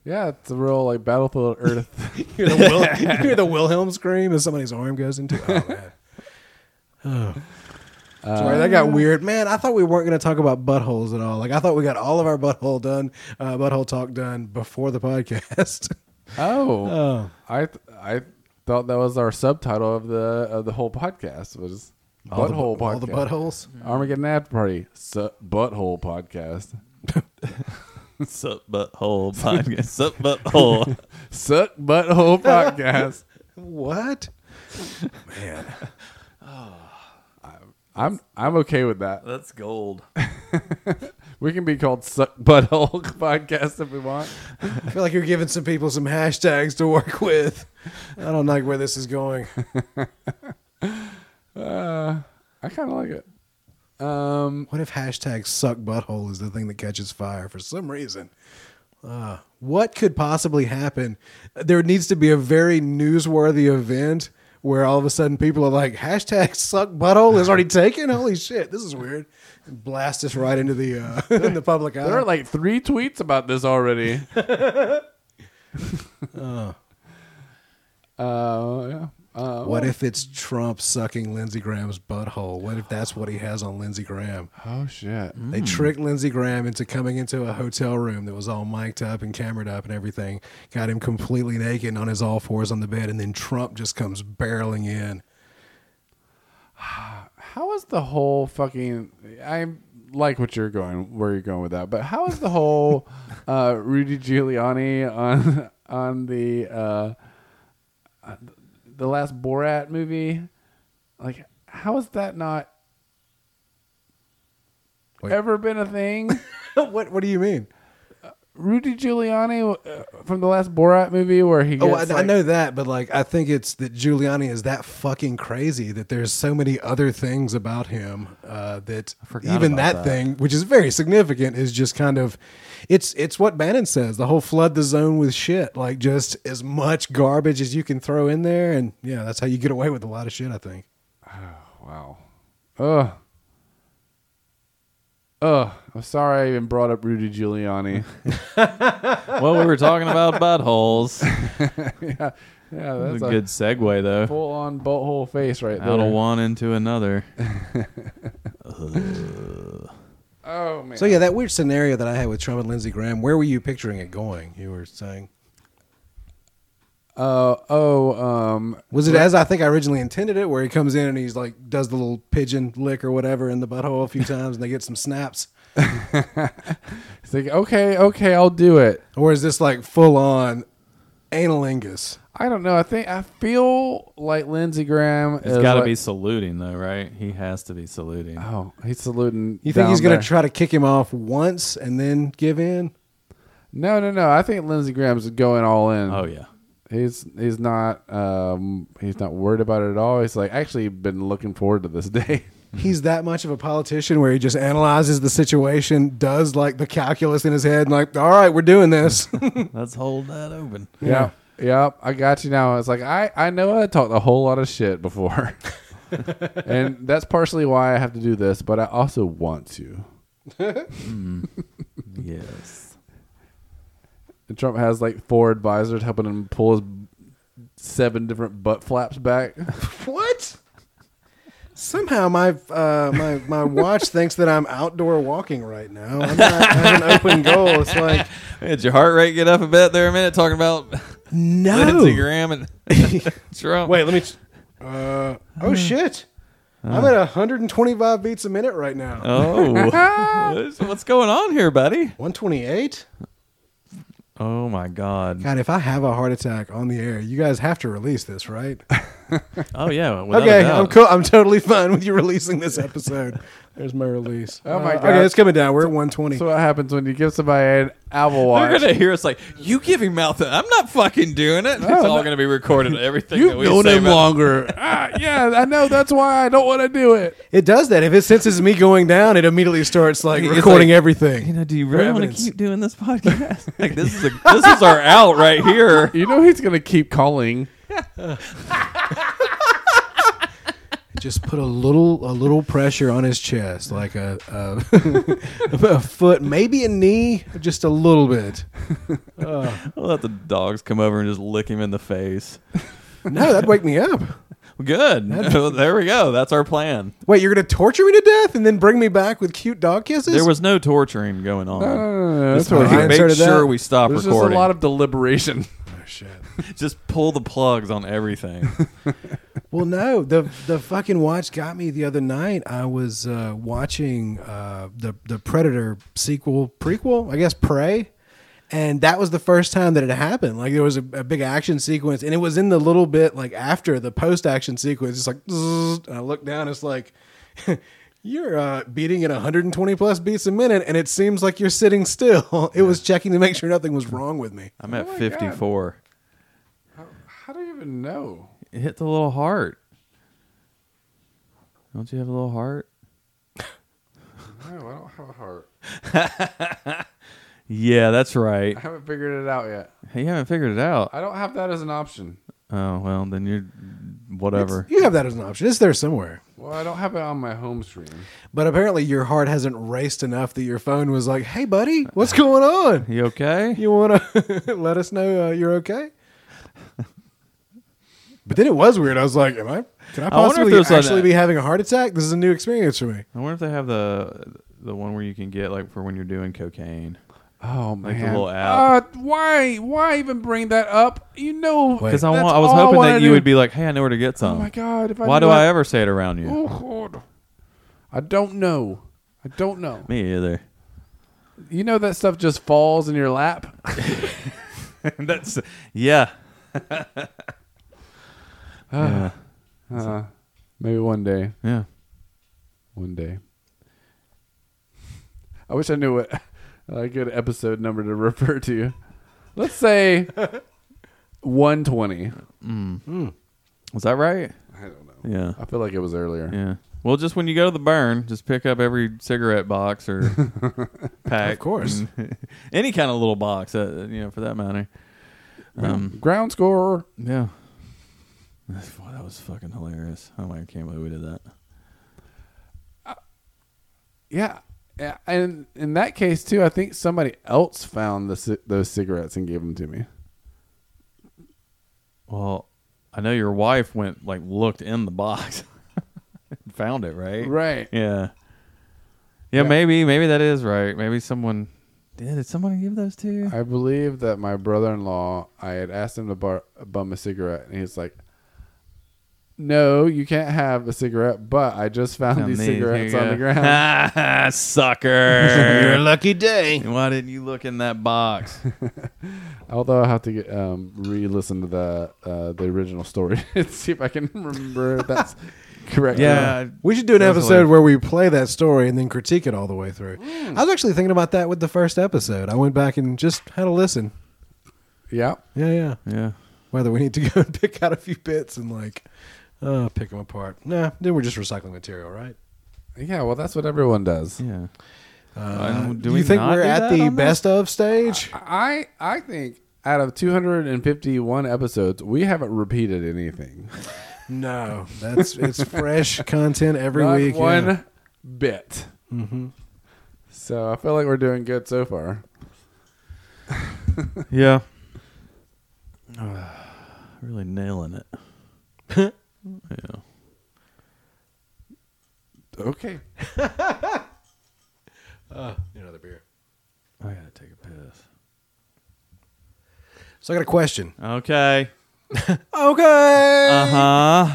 A: Yeah, it's a real like Battlefield Earth.
B: (laughs)
A: (laughs)
B: You hear the, Wil- you hear the Wilhelm scream as somebody's arm goes into. Oh man. Oh. Sorry, that got weird, man. I thought we weren't going to talk about buttholes at all. Like I thought we got all of our butthole done, uh, butthole talk done before the podcast. (laughs)
A: oh,
B: oh,
A: I th- I thought that was our subtitle of the of the whole podcast was
B: all the
A: butthole
B: bu-
A: podcast.
B: all the buttholes.
A: Mm-hmm. Armageddon after party su- butthole podcast.
C: Sup (laughs) butthole podcast. Sup butthole.
A: Suck butthole (laughs) podcast.
B: What? Man,
A: I'm I'm okay with that.
C: That's gold.
A: We can be called suck butthole (laughs) podcast if we want.
B: I feel like you're giving some people some hashtags to work with. I don't like where this is going.
A: Uh, I kind of like it. Um,
B: What if hashtag suck butthole is the thing that catches fire for some reason? Uh, what could possibly happen? There needs to be a very newsworthy event where all of a sudden people are like, hashtag suck butthole is already taken? Holy shit, this is weird. And blast us right into the uh, (laughs) in the public eye.
A: there are like three tweets about this (laughs) already.
B: Uh,
A: Uh, yeah. Uh,
B: what if it's Trump sucking Lindsey Graham's butthole? What if that's what he has on Lindsey Graham?
A: oh shit.
B: They tricked Lindsey Graham into coming into a hotel room that was all mic'd up and camered up and everything. Got him completely naked and on his all fours on the bed, and then Trump just comes barreling in.
A: How is the whole fucking? I like what you're going, where you're going with that, but how is the whole
B: (laughs)
A: uh, Rudy Giuliani on on the uh, the last Borat movie? Like, how has that not
B: Wait.
A: ever been a thing?
B: what What do you mean?
A: Rudy Giuliani uh, from the last Borat movie where he? Gets,
B: Oh, I, I
A: like-
B: know that, but like, I think it's that Giuliani is that fucking crazy that there's so many other things about him uh, that
C: forgot
B: even
C: about
B: that,
C: that.
B: thing, which is very significant, is just kind of, it's it's what Bannon says. The whole flood the zone with shit, like just as much garbage as you can throw in there, and yeah, that's how you get away with a lot of shit. I think.
A: Wow. Ugh. Ugh. I'm sorry I even brought up Rudy
B: (laughs)
A: Giuliani.
C: well, we were talking about (laughs) buttholes.
A: yeah,
C: That's
A: that's
C: a good segue though.
A: full on bolt hole face right there.
C: Out of one into another.
A: Oh man.
B: So yeah, that weird scenario that I had with Trump and Lindsey Graham, where were you picturing it going? You were saying.
A: Uh, oh. Um.
B: Was it as I think I originally intended it, where he comes in and he's like does the little pigeon lick or whatever in the
A: (laughs)
B: butthole a few times, and they get some snaps?
A: It's like okay, okay, I'll do it.
B: Or is this like full on analingus?
A: I don't know. I think I feel like Lindsey Graham.
C: It's
A: is
C: got to
A: like-
C: be saluting though, right? He has to be (laughs) saluting.
A: Oh, he's saluting.
B: You think
A: down
B: he's going
A: there. Mm-hmm.
B: to try to kick him off once and then give in?
A: No, no, no. I think Lindsey Graham's going all in.
C: Oh yeah.
A: He's he's not um he's not worried about it at all. He's like actually been looking forward to this (laughs) day.
B: He's that much of a politician where he just analyzes the situation, does like the calculus in his head, and like, all right, we're
A: (laughs)
B: doing this. (laughs)
C: Let's hold that (laughs) open.
A: Yeah. Yep, I got you now. It's like I, I know I talked a whole lot of shit before. (laughs) and that's partially why I have to do this, but I also want to.
C: Yes.
A: And Trump has like four advisors helping him pull his seven different butt flaps back. (laughs)
B: what? Somehow my uh, my my watch thinks that I'm outdoor walking right now. I'm not, I have an open goal. It's like
C: Did your heart rate get up a bit there a minute talking about
B: no.
C: (laughs) Lindsey Graham and Trump?
B: Wait, let me. Uh,
C: Hmm.
B: oh shit! I'm at 125 beats a minute right now.
C: Oh, What's- what's going on here, buddy?
B: 128.
C: Oh my God!
B: God, if I have a heart attack on the air, you guys have to release this, right?
C: Oh yeah. without
B: (laughs)
C: a
B: okay,
C: doubt.
B: I'm cool. I'm totally fine with you releasing this episode. There's my release. Uh,
A: Oh, my God.
B: Okay, it's coming down. We're at 120.
A: so what happens when you give somebody an Apple Watch?
C: They're gonna hear us like you giving mouth. I'm not fucking doing it. it's all gonna be (laughs) recorded. Everything that
A: You've
C: we
A: known
C: say
A: him (laughs)
C: about-
A: longer. ah, yeah, I know. That's why I don't want to do it.
B: it does that. If it senses me going down, it immediately starts like
C: It's
B: recording
C: like- You
B: everything.
C: know, do you really want to
B: evidence.
C: keep doing this podcast? (laughs) like this is a, this is our out right here.
A: You know he's gonna keep (laughs) calling.
B: Just put a little a little pressure on his chest, like a a, (laughs) a foot, maybe a knee, just a little bit.
C: (laughs) We'll let the dogs come over and just lick him in the face.
B: No, that'd wake me up.
C: Good. (laughs) there we go. That's our plan.
B: Wait, you're gonna torture me to death and then bring me back with cute dog kisses?
C: There was no torturing going on.
A: Uh, that's
C: Just
B: what I
C: make
B: inserted
C: sure
B: that.
C: we stop
A: There's just a
C: recording.
A: lot of deliberation. (laughs)
B: Oh, shit.
C: just pull the plugs
A: (laughs)
C: on everything.
B: (laughs) Well, no, the the fucking watch got me the other night. I was uh, watching uh, the the Predator sequel prequel, I guess Prey, and that was the first time that it happened. Like there was a, a big action sequence, and it was in the little bit like after the post action sequence. It's like, zzz, and I look down, it's like. (laughs) You're uh, beating at 120 plus beats a minute, and it seems like you're sitting still. (laughs) It was checking to make sure nothing was wrong with me.
C: I'm
A: Oh
C: at
A: my God.
C: 54.
A: How do you even know?
C: It hit the little heart. Don't you have a little heart?
A: No, I don't have a heart.
C: Yeah, that's right.
A: I haven't figured it out yet.
C: You haven't figured it out.
A: I don't have that as an option.
C: Oh well, then you're whatever.
B: You have that as an option. It's there somewhere.
A: Well, I don't have it on my home screen.
B: But apparently, your heart hasn't raced enough that your phone was like, "Hey, buddy, what's
C: Uh,
B: going on?
C: You
A: (laughs)
C: okay?
B: You want to (laughs) let us know uh, you're okay?" But then it was weird. I was like, "Am I? Can I
C: I wonder
B: possibly
C: if there's like
B: actually
C: a-
B: be having a heart attack? This is a new experience
C: (laughs)
B: for me."
C: I wonder if they have the the one where you can get like for when you're doing cocaine.
A: Oh
C: Like
A: man!
C: the little app.
A: Uh, why? Why even bring that up? You know,
B: Wait.
C: Because I
A: that's
C: want, I was
A: all
C: hoping
A: wanna
C: that you
A: do.
C: would be like, hey, I know where to get
A: Oh
C: some.
A: my god! If I
C: Why
A: knew
C: do I ever say it around you?
A: Oh god! I don't know. I don't know. (laughs)
C: Me either.
A: You know that stuff just falls in your lap.
C: That's yeah. yeah.
A: Uh, maybe one day.
C: Yeah.
A: (laughs) One day. I wish I knew what (laughs) a good episode number to (laughs) refer to. Let's say 120.
C: Was that right?
A: I don't know.
C: Yeah.
A: I feel like it was earlier.
C: Yeah. Well, just when you go to the burn, just pick up every cigarette
A: (laughs)
C: box or pack.
B: Of course.
C: and- (laughs) any kind of little box, uh, you know, for that matter. Um,
A: Ground score.
C: yeah. (sighs) Boy, that was fucking hilarious. Oh my, I can't believe we did that.
A: Yeah. Yeah, And in that case too, I think somebody else found the, ci- those cigarettes and gave them to me.
C: Well, I know your wife went, like, looked in the box (laughs) and found it, right?
A: Right.
C: Yeah. Yeah, maybe. Maybe that is right. Maybe someone. Did, did someone give those to you?
A: I believe that my brother-in-law, I had asked him to bar- bum a cigarette, and he's like, "No, you can't have a cigarette." But I just found
C: Found
A: these
C: these. Here
A: cigarettes
C: you
A: on the
C: go. (laughs)
A: ground. (laughs)
C: Sucker.
B: (laughs) lucky day.
C: Why didn't you look in that box?
A: Although I have to get, um, re-listen to the uh, the original story (laughs) and see if I can remember if
C: (laughs)
A: that's correct. or not.
C: yeah.
B: We should do an
C: That's
B: episode
C: hilarious.
B: where we play that story and then critique it all the way through. I was actually thinking about that with the first episode. I went back and just had a listen.
A: yeah.
B: Yeah, yeah.
C: (laughs) Yeah.
B: Whether we need to (laughs) go and pick out a few bits and like uh, pick them apart. Nah, then we're just recycling material, right?
A: Yeah, well, that's what everyone does.
C: Yeah.
B: Uh,
C: do
B: do
C: we
B: you think
C: not
B: we're
C: do
B: at
C: that
B: the
C: on this?
B: best of stage?
A: I I think out of 251 episodes, we haven't repeated anything.
B: No, that's
C: (laughs)
B: it's fresh content every
A: Not
B: week.
A: one
B: yeah.
A: bit. Mm-hmm. So I feel like we're doing good so far.
C: Yeah. (sighs) really nailing (laughs) it. yeah.
A: Okay. (laughs)
B: another beer.
C: I gotta take a piss.
B: So I got a question.
C: Okay.
B: Okay.
C: Uh huh.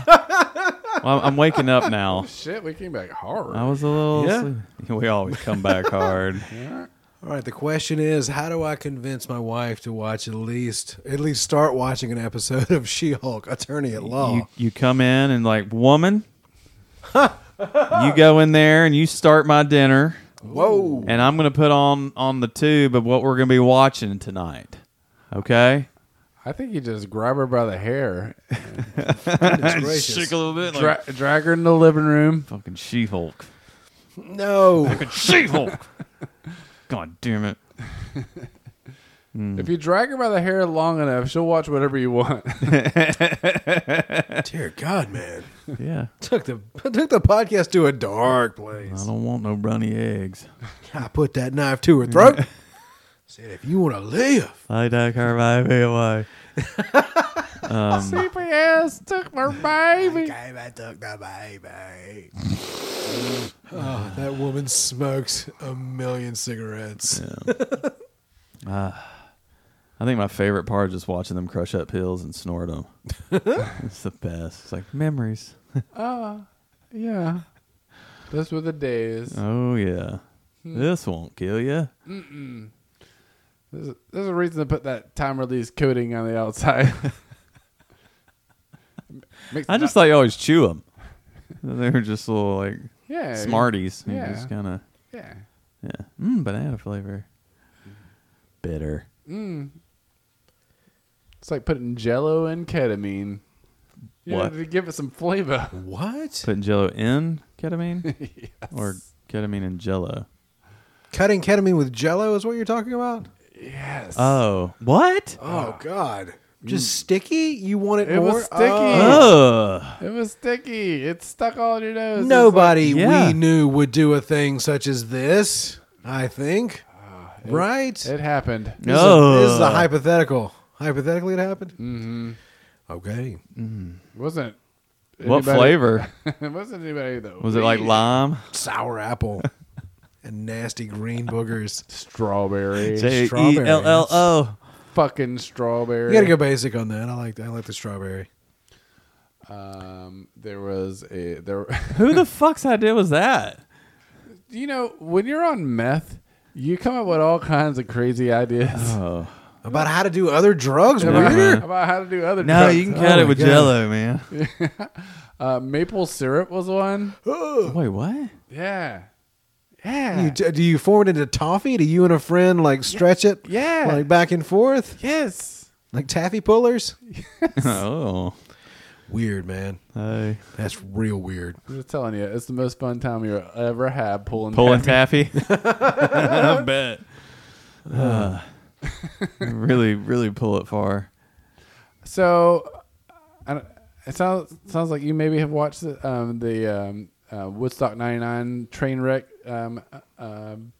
C: Uh-huh. well, I'm waking up now.
A: Shit, we came back hard.
C: I was a little.
B: Yeah.
C: sleepy. We always come back (laughs) hard.
A: Yeah.
B: All right. The question is, how do I convince my wife to watch at least at least start watching an episode of She-Hulk: Attorney at Law?
C: You, you come in and like (laughs) woman. you go in there and you start my dinner.
B: Whoa.
C: and I'm gonna put on on the tube of what we're gonna be watching tonight. Okay,
A: I think you just grab her by the hair,
C: (laughs)
B: Goodness gracious.
C: shake a little bit,
A: dra-
C: like
A: drag her in the living room.
C: fucking She Hulk,
B: No.
C: fucking She Hulk. (laughs) God damn it! Hmm.
A: If you drag her by the hair long enough, she'll watch whatever you want.
C: Hmm.
A: (laughs)
B: Dear God, man.
C: Yeah,
B: Took the (laughs) took the podcast to a dark
C: I
B: place.
C: don't want no brownie eggs.
B: I put that knife to her throat. Said, if you want to
C: (laughs)
B: live,
C: I take her baby away.
A: CPS took
C: (laughs)
A: my baby.
B: okay, I took the (sighs) baby. oh, that woman smokes a million cigarettes.
C: I think my favorite part is just watching them crush up pills and snort (laughs) them. it's the best. It's like memories.
A: Oh, yeah. Those were the days.
C: Oh yeah, this won't kill you.
A: There's a, there's a reason to put that time release coating on the
C: (laughs)
A: outside. Makes
C: I
A: it
C: just
A: not-
C: thought you always chew (laughs) them. They were just little like
A: yeah,
C: Smarties. Yeah.
A: yeah.
C: just kind of
A: Yeah.
C: yeah. Mm, banana flavor. Mm-hmm. Bitter.
A: Mm. It's like putting Jello and ketamine. You
C: What?
A: know, to give it some
C: (laughs)
A: flavor.
B: What?
C: Putting Jello in (laughs) ketamine or ketamine and Jello.
B: Cutting ketamine with jello is what you're talking about?
A: Yes.
C: Oh, what?
B: Oh God. Just sticky? You want it,
A: It
B: more?
A: was sticky.
B: Oh.
C: Oh,
A: It was sticky. It stuck all in your nose. It's
B: Nobody
C: like- Yeah.
B: we knew would do a thing such as this, I think.
A: it-
B: right?
A: like- it happened.
B: This is, a, this is a
C: Ugh.
B: hypothetical. Hypothetically, it happened. Mm-hmm. Okay.
A: It wasn't.
C: what
A: anybody-
C: flavor
A: (laughs) it wasn't anybody though.
C: was it? Like lime?
B: Sour (laughs) apple and nasty green boogers.
A: strawberry?
C: J e
B: strawberry.
C: l l o.
A: fucking strawberry.
B: You gotta go basic on that. I like I like the strawberry.
A: Um, there was a there. (laughs)
C: Who the fuck's idea was that?
A: you know, when you're on meth, you come up with all kinds of crazy ideas
C: Oh
B: About how to do other drugs,
C: Never
B: weirder?
A: (laughs)
C: mind.
A: about how to do other.
C: no,
A: drugs.
C: you can
B: Oh
C: cut it
B: my
C: with
B: God.
C: Jello, man.
A: Uh, maple syrup was one. (gasps)
C: (laughs) Wait, what?
A: Yeah. Yeah.
B: You, do you form it into toffee? Do you and a friend like stretch it?
A: Yeah.
B: Like back and forth?
A: yes.
B: Like taffy pullers?
C: oh,
B: Weird, man.
C: hey.
B: That's real weird.
A: I'm just telling you, it's the most fun time you'll ever have pulling
C: pulling
A: taffy.
C: (laughs) taffy. I bet. Uh, really, really pull it far.
A: So, I don't- it sounds sounds like you maybe have watched the um, the um, uh, Woodstock '99 train wreck um, uh, um,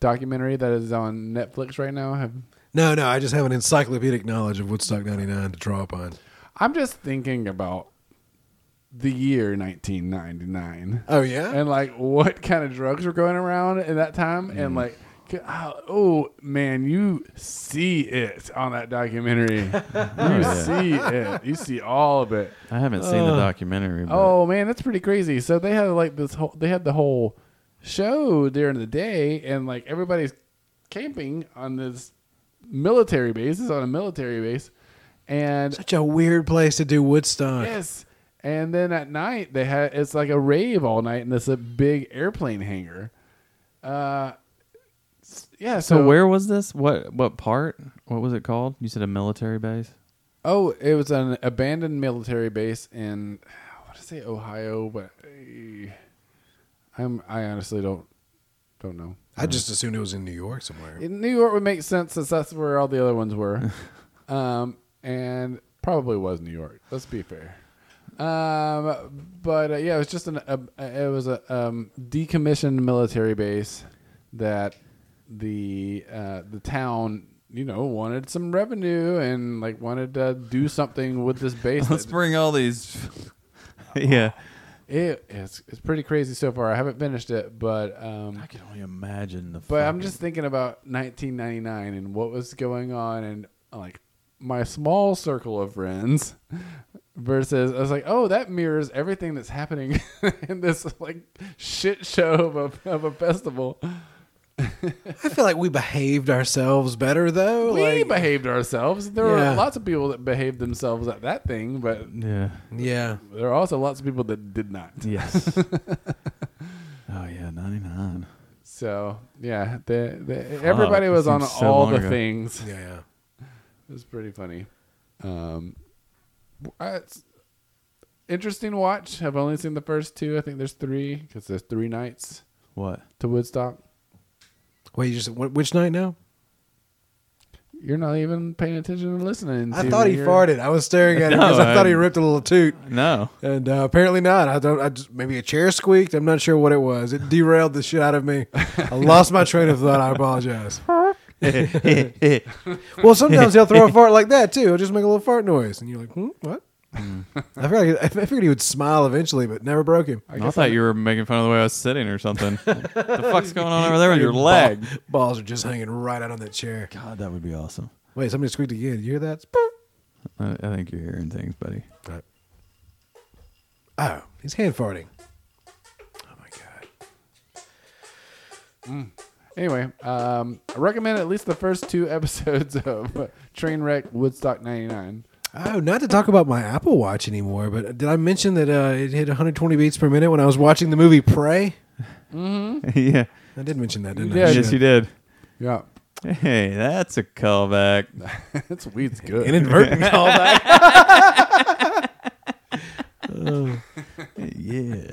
A: documentary that is on Netflix right now. Have,
B: No, no, I just have an encyclopedic knowledge of Woodstock 99 to draw upon.
A: I'm just thinking about the year 1999
B: Oh, yeah?
A: (laughs) and like what kind of drugs were going around at that time and like. c- how- Oh man, you see it on that documentary. you
C: yeah.
A: see it. You see all of it.
C: I haven't seen the documentary. But
A: Oh man, that's pretty crazy. So they had like this whole they had the whole show during the day and like everybody's camping on this military base, It's on a military base. And
B: Such a weird place to do Woodstock.
A: yes. And then at night they had it's like a rave all night in this a big airplane hangar. Uh s- yeah, so,
C: so where was this? What what part? What was it called? You said a military base.
A: Oh, it was an abandoned military base in (sighs) I want to say Ohio, but eh, I'm I honestly don't don't know.
B: I just assumed it was in New York somewhere.
A: In New York would make sense since that's where all the other ones
C: (laughs)
A: were, um, and probably was New York. Let's be fair. Um, but uh, yeah, it was just an a, a- it was a um, decommissioned military base that the uh, the town you know wanted some revenue and like wanted to do something with this base.
C: (laughs) Let's
A: that-
C: bring all these. (laughs) yeah,
A: it, it's it's pretty crazy so far. I haven't finished it, but um,
C: I can only imagine the.
A: But I'm
C: fucking-
A: just thinking about 1999 and what was going on, and like my small circle of friends versus I was like, oh, that mirrors everything that's happening (laughs) in this like shit show of a, of a festival.
B: I feel like we behaved ourselves better, though.
A: we
B: like,
A: behaved ourselves. There
B: Yeah.
A: were lots of people that behaved themselves at that thing, but
C: Yeah.
B: Yeah.
A: there are also lots of people that did not.
C: (laughs) Yes. oh yeah, ninety nine.
A: So yeah, the, the, everybody
C: that
A: was on
C: seems so
A: all
C: long
A: the
C: ago.
A: things.
B: Yeah, yeah.
A: It was pretty funny. Um, I- it's interesting watch. I've only seen the first two. I think there's three because there's three nights
C: What?
A: to Woodstock.
B: Wait, you just wh- which night now?
A: You're not even paying attention and listening.
B: I
A: to
B: thought
A: me.
B: he
A: You're-
B: farted. I was staring at him
C: No,
B: because I thought he
C: I-
B: ripped a little toot,
C: (laughs) No.
B: and uh, apparently not. I don't. I just, maybe a chair squeaked. I'm not sure what it was. It derailed the shit out of me. I lost my train of thought. I apologize. Well, sometimes he'll throw a fart like that too. He'll just make a little fart noise, and you're like, hmm, what? I figured, I figured he would smile eventually, but never broke him.
C: I, thought you were making fun of the way I was sitting
A: (laughs)
C: or something. the fuck's going on over there with your leg?
B: Ball- balls are just hanging right out on that chair.
C: God, that would be awesome.
B: Wait, somebody squeaked again. You hear that?
C: I, I think you're hearing things,
A: (laughs)
C: buddy.
B: Oh, he's hand farting. Oh my god.
A: Anyway, um, I recommend at least the first two (laughs) episodes of Trainwreck Woodstock '99.
B: Oh, not to talk about my Apple Watch anymore, but did I mention that uh, it hit 120 beats per minute when I was watching the movie Prey?
C: yeah.
B: I did mention that, didn't I?
A: Yeah,
C: (laughs) Yes,
A: did.
B: (laughs)
C: you did.
A: Yeah, (laughs)
C: Hey, that's a callback.
A: it's weed's good.
B: Inadvertent callback.
C: yeah.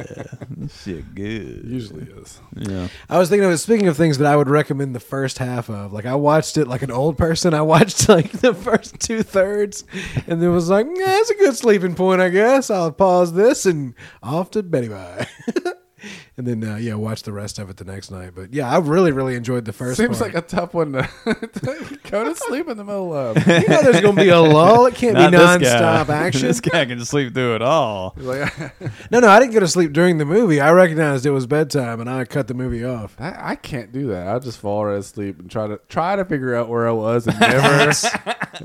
C: This shit good.
A: usually is.
C: Yeah.
B: I was thinking of it. Speaking of things that I would recommend the first half of, like I watched it like an old person. I watched (laughs) like the first two thirds, and then was like, "Yeah, that's a good sleeping point, I guess. I'll pause this and off to Betty Bye." (laughs) and then uh, yeah, watch the rest of it the next night. But yeah, I really really enjoyed the first.
A: Seems
B: part.
A: like a tough one to (laughs) go to sleep in the middle
B: (laughs)
A: of.
B: you know there's gonna
A: (laughs)
B: be a lull. It can't
C: Not
B: be
C: this guy. (laughs)
B: nonstop action.
C: this guy can sleep through it all.
A: Like,
B: No, no, I didn't go to sleep during the movie. I recognized it was bedtime, and I cut the movie off.
A: I, I can't do that. I'll just fall right asleep and try to try to figure out where I was and never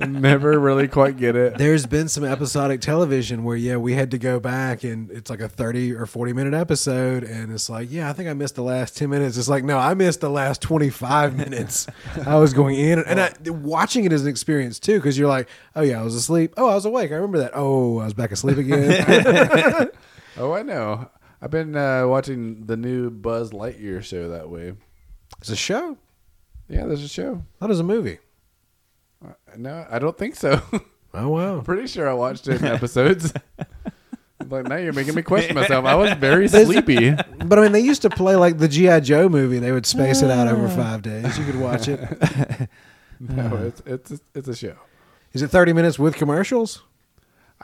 A: and never really quite get it.
B: There's been some episodic television where yeah, we had to go back, and it's like a 30 or 40 minute episode, and it's like yeah, I think I missed the last 10 minutes. It's like no, I missed the last
A: (laughs)
B: 25 minutes. I was going in, and I, watching it is an experience too, because you're like, oh yeah, I
A: (laughs)
B: was asleep. Oh, I was awake. I remember that. Oh, I was back asleep again.
A: Oh, I know. I've been uh, watching the new Buzz Lightyear show that way.
B: It's a show.
A: Yeah, there's a show.
B: That is a movie.
A: Uh, No, I don't think so. (laughs)
B: Oh wow.
A: I'm pretty sure I watched it in episodes. like now you're making me question myself. I was very
B: There's-
A: sleepy.
B: But I mean, they used to play like the GI Joe movie. They would space it out
A: Ah.
B: over five days. You could
A: (laughs)
B: watch it.
A: No, it's it's it's a show.
B: Is it thirty minutes with commercials?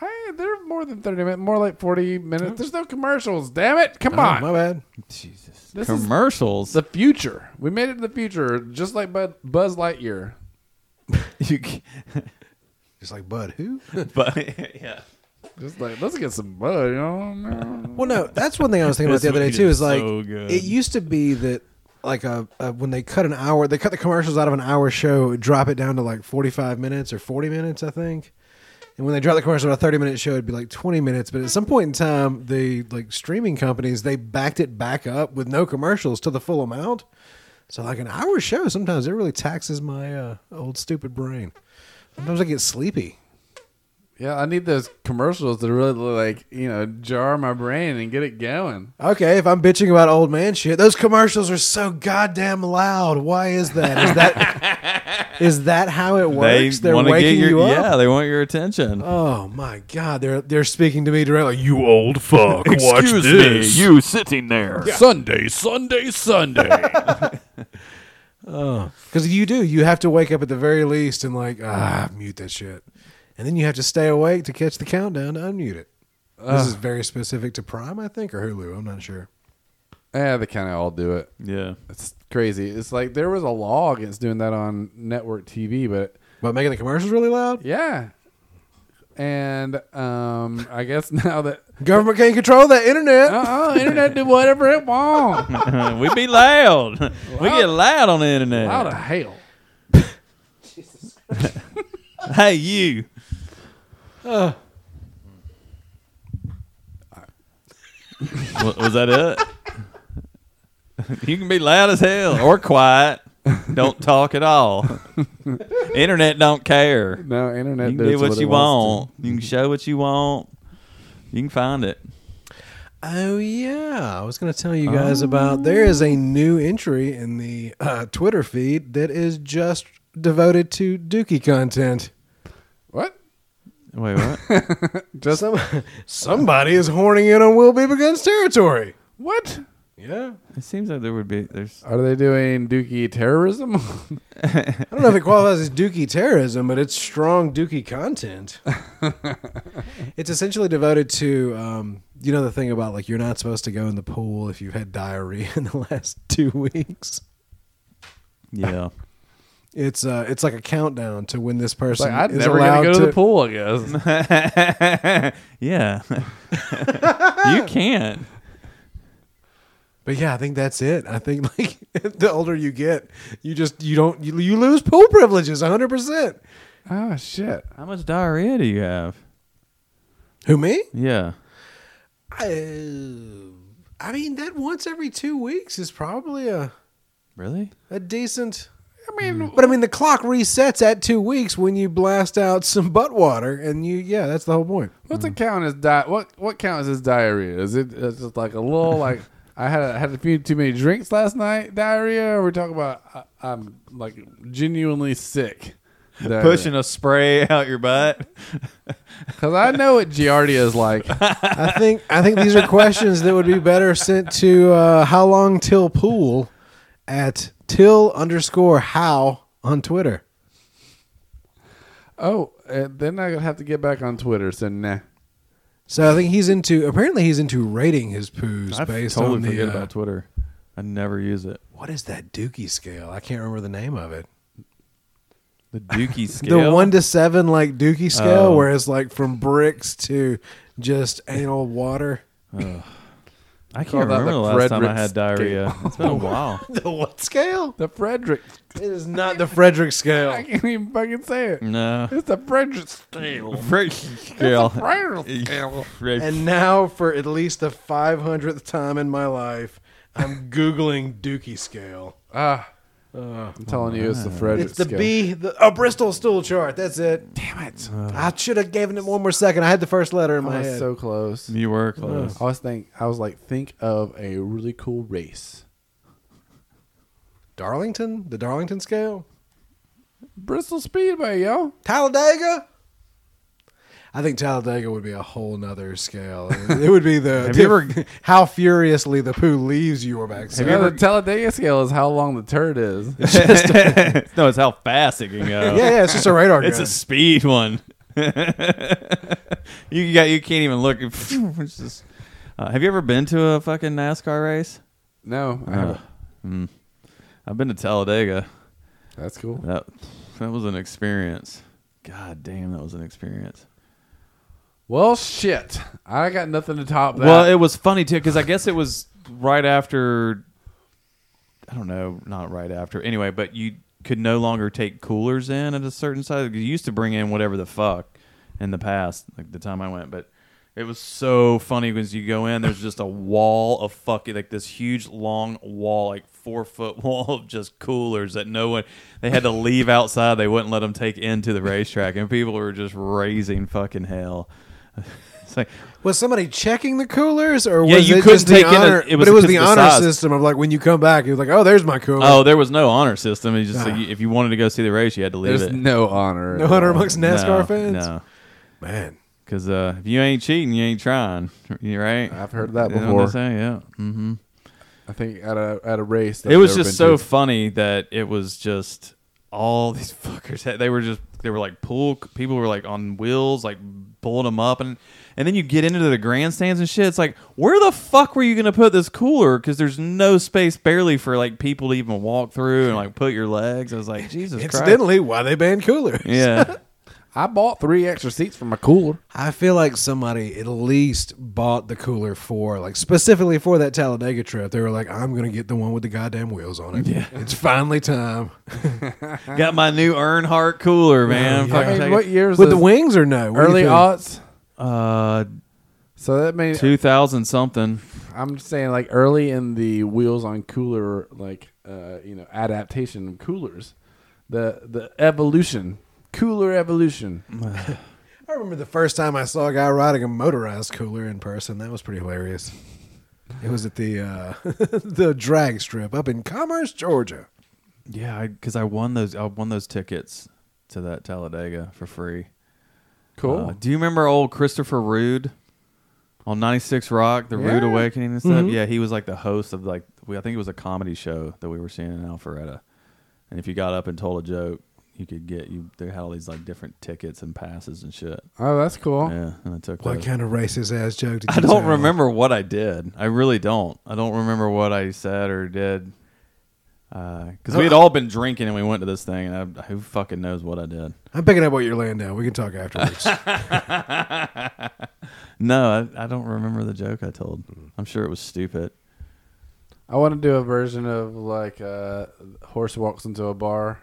A: I they're more than thirty minutes, more like forty minutes. There's no commercials. Damn it! Come
B: Oh,
A: on,
B: my bad.
C: Jesus.
A: This is-
C: Commercials.
A: the future. We made it to the future, just like Bud, Buzz Lightyear.
C: (laughs) You c- (laughs)
B: Just like Bud, who?
C: but yeah.
A: Just like let's get some Bud. You know,
B: Well, no, that's one thing I was thinking about
C: This
B: the other day
C: movie
B: too.
C: is
B: Is like
C: so good.
B: it used to be that like a, a when they cut an hour, they cut the commercials out of an hour show, drop it down to like forty five minutes or forty minutes, I think. And when they drop the commercial on a thirty minute show, it'd be like twenty minutes. But at some point in time, the like streaming companies they backed it back up with no commercials to the full amount. So like an hour show, sometimes it really taxes my uh, old stupid brain. Sometimes I get sleepy.
A: yeah. I need those commercials to really like you know jar my brain and get it going.
B: Okay, if I'm bitching about old man shit, those commercials are so goddamn loud. Why is that? Is that
C: (laughs)
B: is that how it works?
C: they
B: are
C: want to get
B: waking
C: your
B: you up.
C: yeah. They want your attention.
B: Oh my god, they're they're speaking to me directly. Like, you old
C: (laughs)
B: fuck.
C: Excuse me, you sitting there.
A: Sunday, Sunday, Sunday. (laughs)
B: Because you do. You have to wake up at the very least and like ah mute that shit, and then you have to stay awake to catch the countdown to unmute it. this is very specific to Prime, I think, or Hulu. I'm not sure.
A: yeah, Eh, they kind of all do it.
C: Yeah.
A: It's crazy. It's like there was a law against doing that on network TV, but
B: But making the commercials really loud.
A: yeah. And um, I guess (laughs) now that
B: Government can't control that internet.
A: uh-uh, internet do whatever it
C: (laughs)
A: wants.
C: (laughs) we be loud. (laughs) We get loud on the internet.
A: How the hell?
C: Hey, you. Uh. Wa- was that it? you can be loud as hell or quiet. Don't talk at all. Internet don't care.
A: No, internet.
C: You can do
A: does
C: what,
A: it
C: you
A: wants
C: want. You can show what you want. You can find it.
B: Oh yeah, I was going to tell you guys about. There is a new entry in the uh, Twitter feed that is just devoted to Dookie content.
A: to. What?
C: Wait, what?
B: Just some, somebody is horning in on Will Beaver Gunn's territory.
A: What?
B: Yeah,
C: it seems like there would be. There's
A: Are they doing Dookie terrorism? (laughs)
B: I don't know if it qualifies as Dookie terrorism, but it's strong Dookie (laughs) content. it's essentially devoted to, um, you know, the thing about like you're not supposed to go in the pool if you've had diarrhea (laughs) in the last two weeks.
C: yeah.
B: It's uh, it's like a countdown to when this person
A: like I'm
B: is
A: never
B: allowed
A: gonna go to, the pool. I guess.
C: (laughs)
A: (laughs)
C: yeah. you can't.
B: But yeah, I think that's it. I think (laughs) like the older you get, you just you don't you, you lose pool privileges 100. percent
A: oh shit!
C: How much diarrhea do you have?
B: Who me?
C: Yeah.
B: I, I mean that once every two weeks is probably a
C: Really?
B: a decent.
A: I mean,
B: But I mean the clock resets at two weeks when you blast out some butt water and you yeah that's the whole point.
A: what's a count as di- What what counts as diarrhea? Is it is just like a (laughs) little like I had a, had a few too many drinks last night? Diarrhea? Or we're talking about I, I'm like genuinely sick.
C: Pushing a spray (laughs) out your butt.
A: because I know what Giardia is like.
B: I think I think these are questions that would be better sent to uh, how long till pool at till underscore how on Twitter.
A: oh, uh, then I would have to get back on Twitter. So nah.
B: So I think he's into. Apparently, he's into rating his poos
C: I
B: based
C: totally
B: on the.
C: forget
B: uh,
C: about Twitter. I never use it.
B: what is that Dookie scale? I can't remember the name of it.
C: The (laughs) Dookie scale.
B: The one to seven like Dookie scale,
C: Oh.
B: where it's like from bricks to just anal water.
C: I can't
A: Call that the
C: remember the last time I
A: Frederick
C: had diarrhea. It's been a while.
B: (laughs) The what scale?
A: The Frederick.
B: It is not the Frederick
A: I
B: scale.
A: can't even fucking say it.
C: (laughs) No.
A: It's the Frederick
C: (laughs)
A: scale.
C: Frederick (laughs) scale.
A: Frederick scale.
B: And now, for at least the five hundredth time in my life, I'm googling Dookie scale.
A: Ah, I'm telling you, it's the Frederick
B: It's the
A: scale.
B: B, the oh, Bristol stool chart. That's it.
A: Damn it!
C: Uh-huh.
B: I should have given it one more second. I had the first letter in
A: I
B: my
A: was
B: head.
A: Uh, so close.
C: You were close. (laughs)
A: I was think I was like, think of a really cool race.
B: Darlington, the Darlington scale,
A: Bristol Speedway, yo.
B: Talladega. I think Talladega would be a whole nother scale. It would be the
C: Have you ever-
B: (laughs) how furiously the poo leaves you or back.
A: Have you ever the Talladega scale is how long the turd is.
C: (laughs) no, it's how fast it can go.
B: yeah, yeah, it's just a radar gun.
C: (laughs) It's a speed one. (laughs) you got you can't even look. (laughs) It's just- uh, have you ever been to a fucking NASCAR race?
A: no, I haven't.
C: Uh, mm. I've been to Talladega.
A: That's cool.
C: That that was an experience. God damn, that was an experience.
A: Well, shit. I got nothing to top that.
C: Well, it was funny too because I guess it was right after. I don't know, not right after. Anyway, but you could no longer take coolers in at a certain size. You used to bring in whatever the fuck in the past, like the time I went, but. It was so funny because you go in, there's just a wall of fucking like this huge long wall, like four foot (laughs) wall of just coolers that no one. They had to leave outside. They wouldn't let them take into the racetrack, and people were just raising fucking hell. (laughs) it's like
B: Was somebody checking the coolers, or
C: Yeah,
B: was
C: you
B: it
C: couldn't
B: just the
C: take in a-
B: honor?
C: it was
B: but it was the
C: because of the
B: honor
C: size.
B: system of like when you come back, you're like, oh, there's my cooler. (laughs)
C: Oh, there was no honor system. It's just like, you- if you wanted to go see the race, you had to leave
A: Ah. There's
C: it.
A: no honor.
B: no
A: at
B: honor
A: all.
B: amongst NASCAR
C: No,
B: fans.
C: No,
B: Man,
C: because uh, if you ain't cheating, you ain't trying. You right?
A: I've heard that
C: You know
A: before.
C: what I'm saying? Yeah. hmm
A: I think at a at a race. that
C: It
A: I've
C: was
A: never
C: just
A: been
C: so
A: to.
C: funny that it was just all (laughs) these fuckers. Had, they were just they were like pool people were like on wheels, like pulling them up, and and then you get into the grandstands and shit. It's like where the fuck were you gonna put this cooler? Because there's no space barely for like people to even walk through and like put your legs. I was
A: (laughs)
C: like Jesus Christ.
B: incidentally, why they banned coolers?
C: Yeah.
A: I bought three extra seats for my cooler.
B: I feel like somebody at least bought the cooler for like specifically for that Talladega trip. They were like, I'm gonna get the one with the goddamn wheels on it.
C: Yeah.
B: it's finally time.
C: Got my new Earnhardt cooler, man.
B: Yeah.
C: Fucking
A: I mean,
C: take
A: what
C: it.
A: years?
B: with the
A: is-
B: wings or no? What do you
A: early
B: think?
A: aughts.
C: Uh,
A: So that made
C: two thousand something.
A: I'm just saying like early in the wheels on cooler like uh you know adaptation of coolers, the the evolution cooler evolution.
B: I remember the first time I saw a guy riding a motorized cooler in person. That was pretty hilarious. It was at the uh, (laughs) the drag strip up in Commerce, Georgia.
C: Yeah, because I, won those. I won those tickets to that Talladega for free.
A: Cool.
C: Uh, do you remember old Christopher Rude on 96 Rock, the Rude
A: Yeah. Mm-hmm.
C: Awakening and stuff? Yeah, he was like the host of like we, I think it was a comedy show that we were seeing in Alpharetta. And if you got up and told a joke, you could get you. They had all these like different tickets and passes and shit.
A: oh, that's cool.
C: Yeah, and I took.
B: What
C: those.
B: kind of racist ass joke did you
C: I don't
B: tell?
C: remember what I did. I really don't. I don't remember what I said or did. Because we had all been drinking and we went to this thing, and I, who fucking knows what I did?
B: I'm picking up what you're laying down. We can
A: (laughs)
B: talk afterwards.
C: No, I, I don't remember the joke I told.
A: Mm.
C: I'm sure it was stupid.
A: I want to do a version of like uh horse walks into a bar.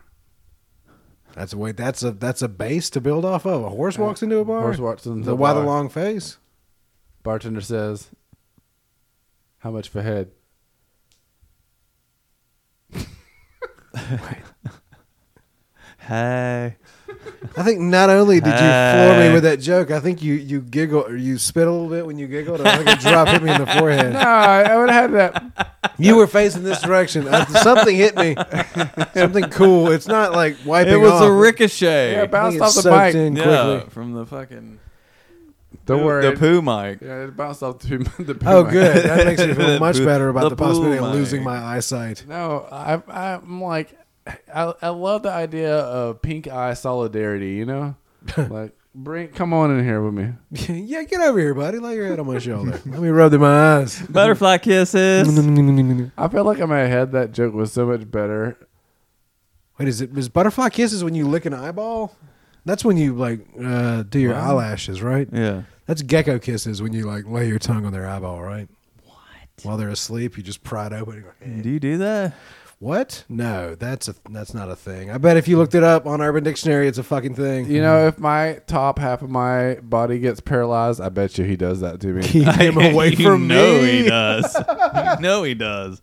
B: that's a wait. That's a that's a base to build off of. A horse walks into a bar.
A: Horse walks into
B: the
A: a
B: why the
A: bar.
B: long face?
A: Bartender says, "How much for head?"
B: (laughs)
C: Hey,
B: I think not only did you floor me
C: Hey.
B: with that joke, I think you you giggled or you spit a little bit when you giggled. and I think a drop hit me in the forehead.
A: No, Ah, I, I would have had that.
B: You were facing this direction. Uh, something hit me. Something cool. It's not like wiping.
C: it was
B: off.
C: a ricochet.
A: Yeah,
B: I
A: bounced
B: think it
A: off the
B: soaked
A: mic.
B: in
C: Yeah, (laughs)
B: quickly.
C: from the fucking
A: Don't
C: poo-
A: worry.
C: the poo mic.
A: Yeah, it bounced off the poo. (laughs) The poo
B: Oh,
A: mic.
B: good. That makes me feel much better about the,
C: (laughs) The
B: possibility of
C: boom mic.
B: losing my eyesight. (laughs)
A: No, I, I'm like, I, I love the idea of pink eye solidarity. You
B: (laughs)
A: know, like bring, come on in here with me.
B: yeah, get over here, buddy. Lay your head on my shoulder. Let me rub them my eyes.
C: Butterfly kisses.
A: (laughs)
B: Wait,
A: I feel like in my head that joke was so much better.
B: is it? Is butterfly kisses when you lick an eyeball? That's when you like uh, do your eyelashes, right?
C: yeah.
B: That's gecko kisses when you like lay your tongue on their eyeball, right? What? While they're asleep, you just pry it open. And go, eh.
C: Do you do that?
B: What? No, that's a that's not a thing. I bet if you looked it up on Urban Dictionary, it's a fucking thing.
A: You know, if my top half of my body gets paralyzed, I bet you he
B: (laughs)
A: does that to me. (laughs)
C: (laughs)
B: keep him away (sighs)
C: you
B: from
C: know
A: (laughs)
B: me.
C: he does. you know he does.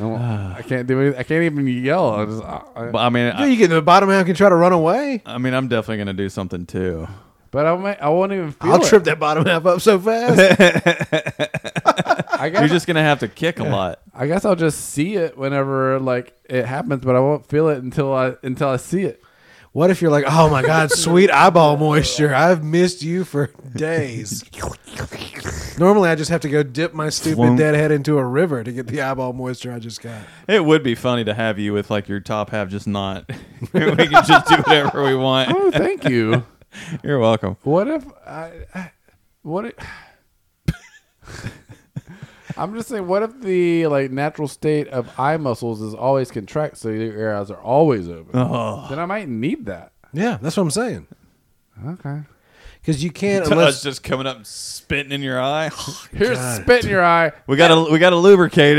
A: I won't- I can't do anything. I can't even yell. I just, I, I-
C: But I mean,
B: Yeah,
C: I,
B: you get to the bottom half and try to run away.
C: I mean, I'm definitely gonna do something too.
A: but I, might, I won't even feel
B: I'll
A: it.
B: trip that bottom half up so fast.
A: I guess,
C: You're just gonna have to kick a lot.
A: I guess I'll just see it whenever like it happens, but I won't feel it until I until I see it.
B: what if you're like, oh my god, sweet eyeball moisture? I've missed you for days. Normally, I just have to go dip my stupid
C: Flunk.
B: dead head into a river to get the eyeball moisture I just got.
C: It would be funny to have you with like your top half just not. (laughs) we can just do whatever we want.
A: Oh, thank
B: (laughs)
A: you.
C: You're welcome.
A: What if I? I- What? If, (laughs) I'm just saying. What if the like natural state of eye muscles is always contract, so your eyes are always open?
C: Oh,
A: Then I might need that.
B: Yeah, that's what I'm saying.
A: Okay.
B: Because you
C: (laughs)
B: can't
C: us
B: unless
C: just coming up, and spitting in your eye.
A: Here's
B: God.
A: spit in your eye,
C: we gotta, we gotta lubricate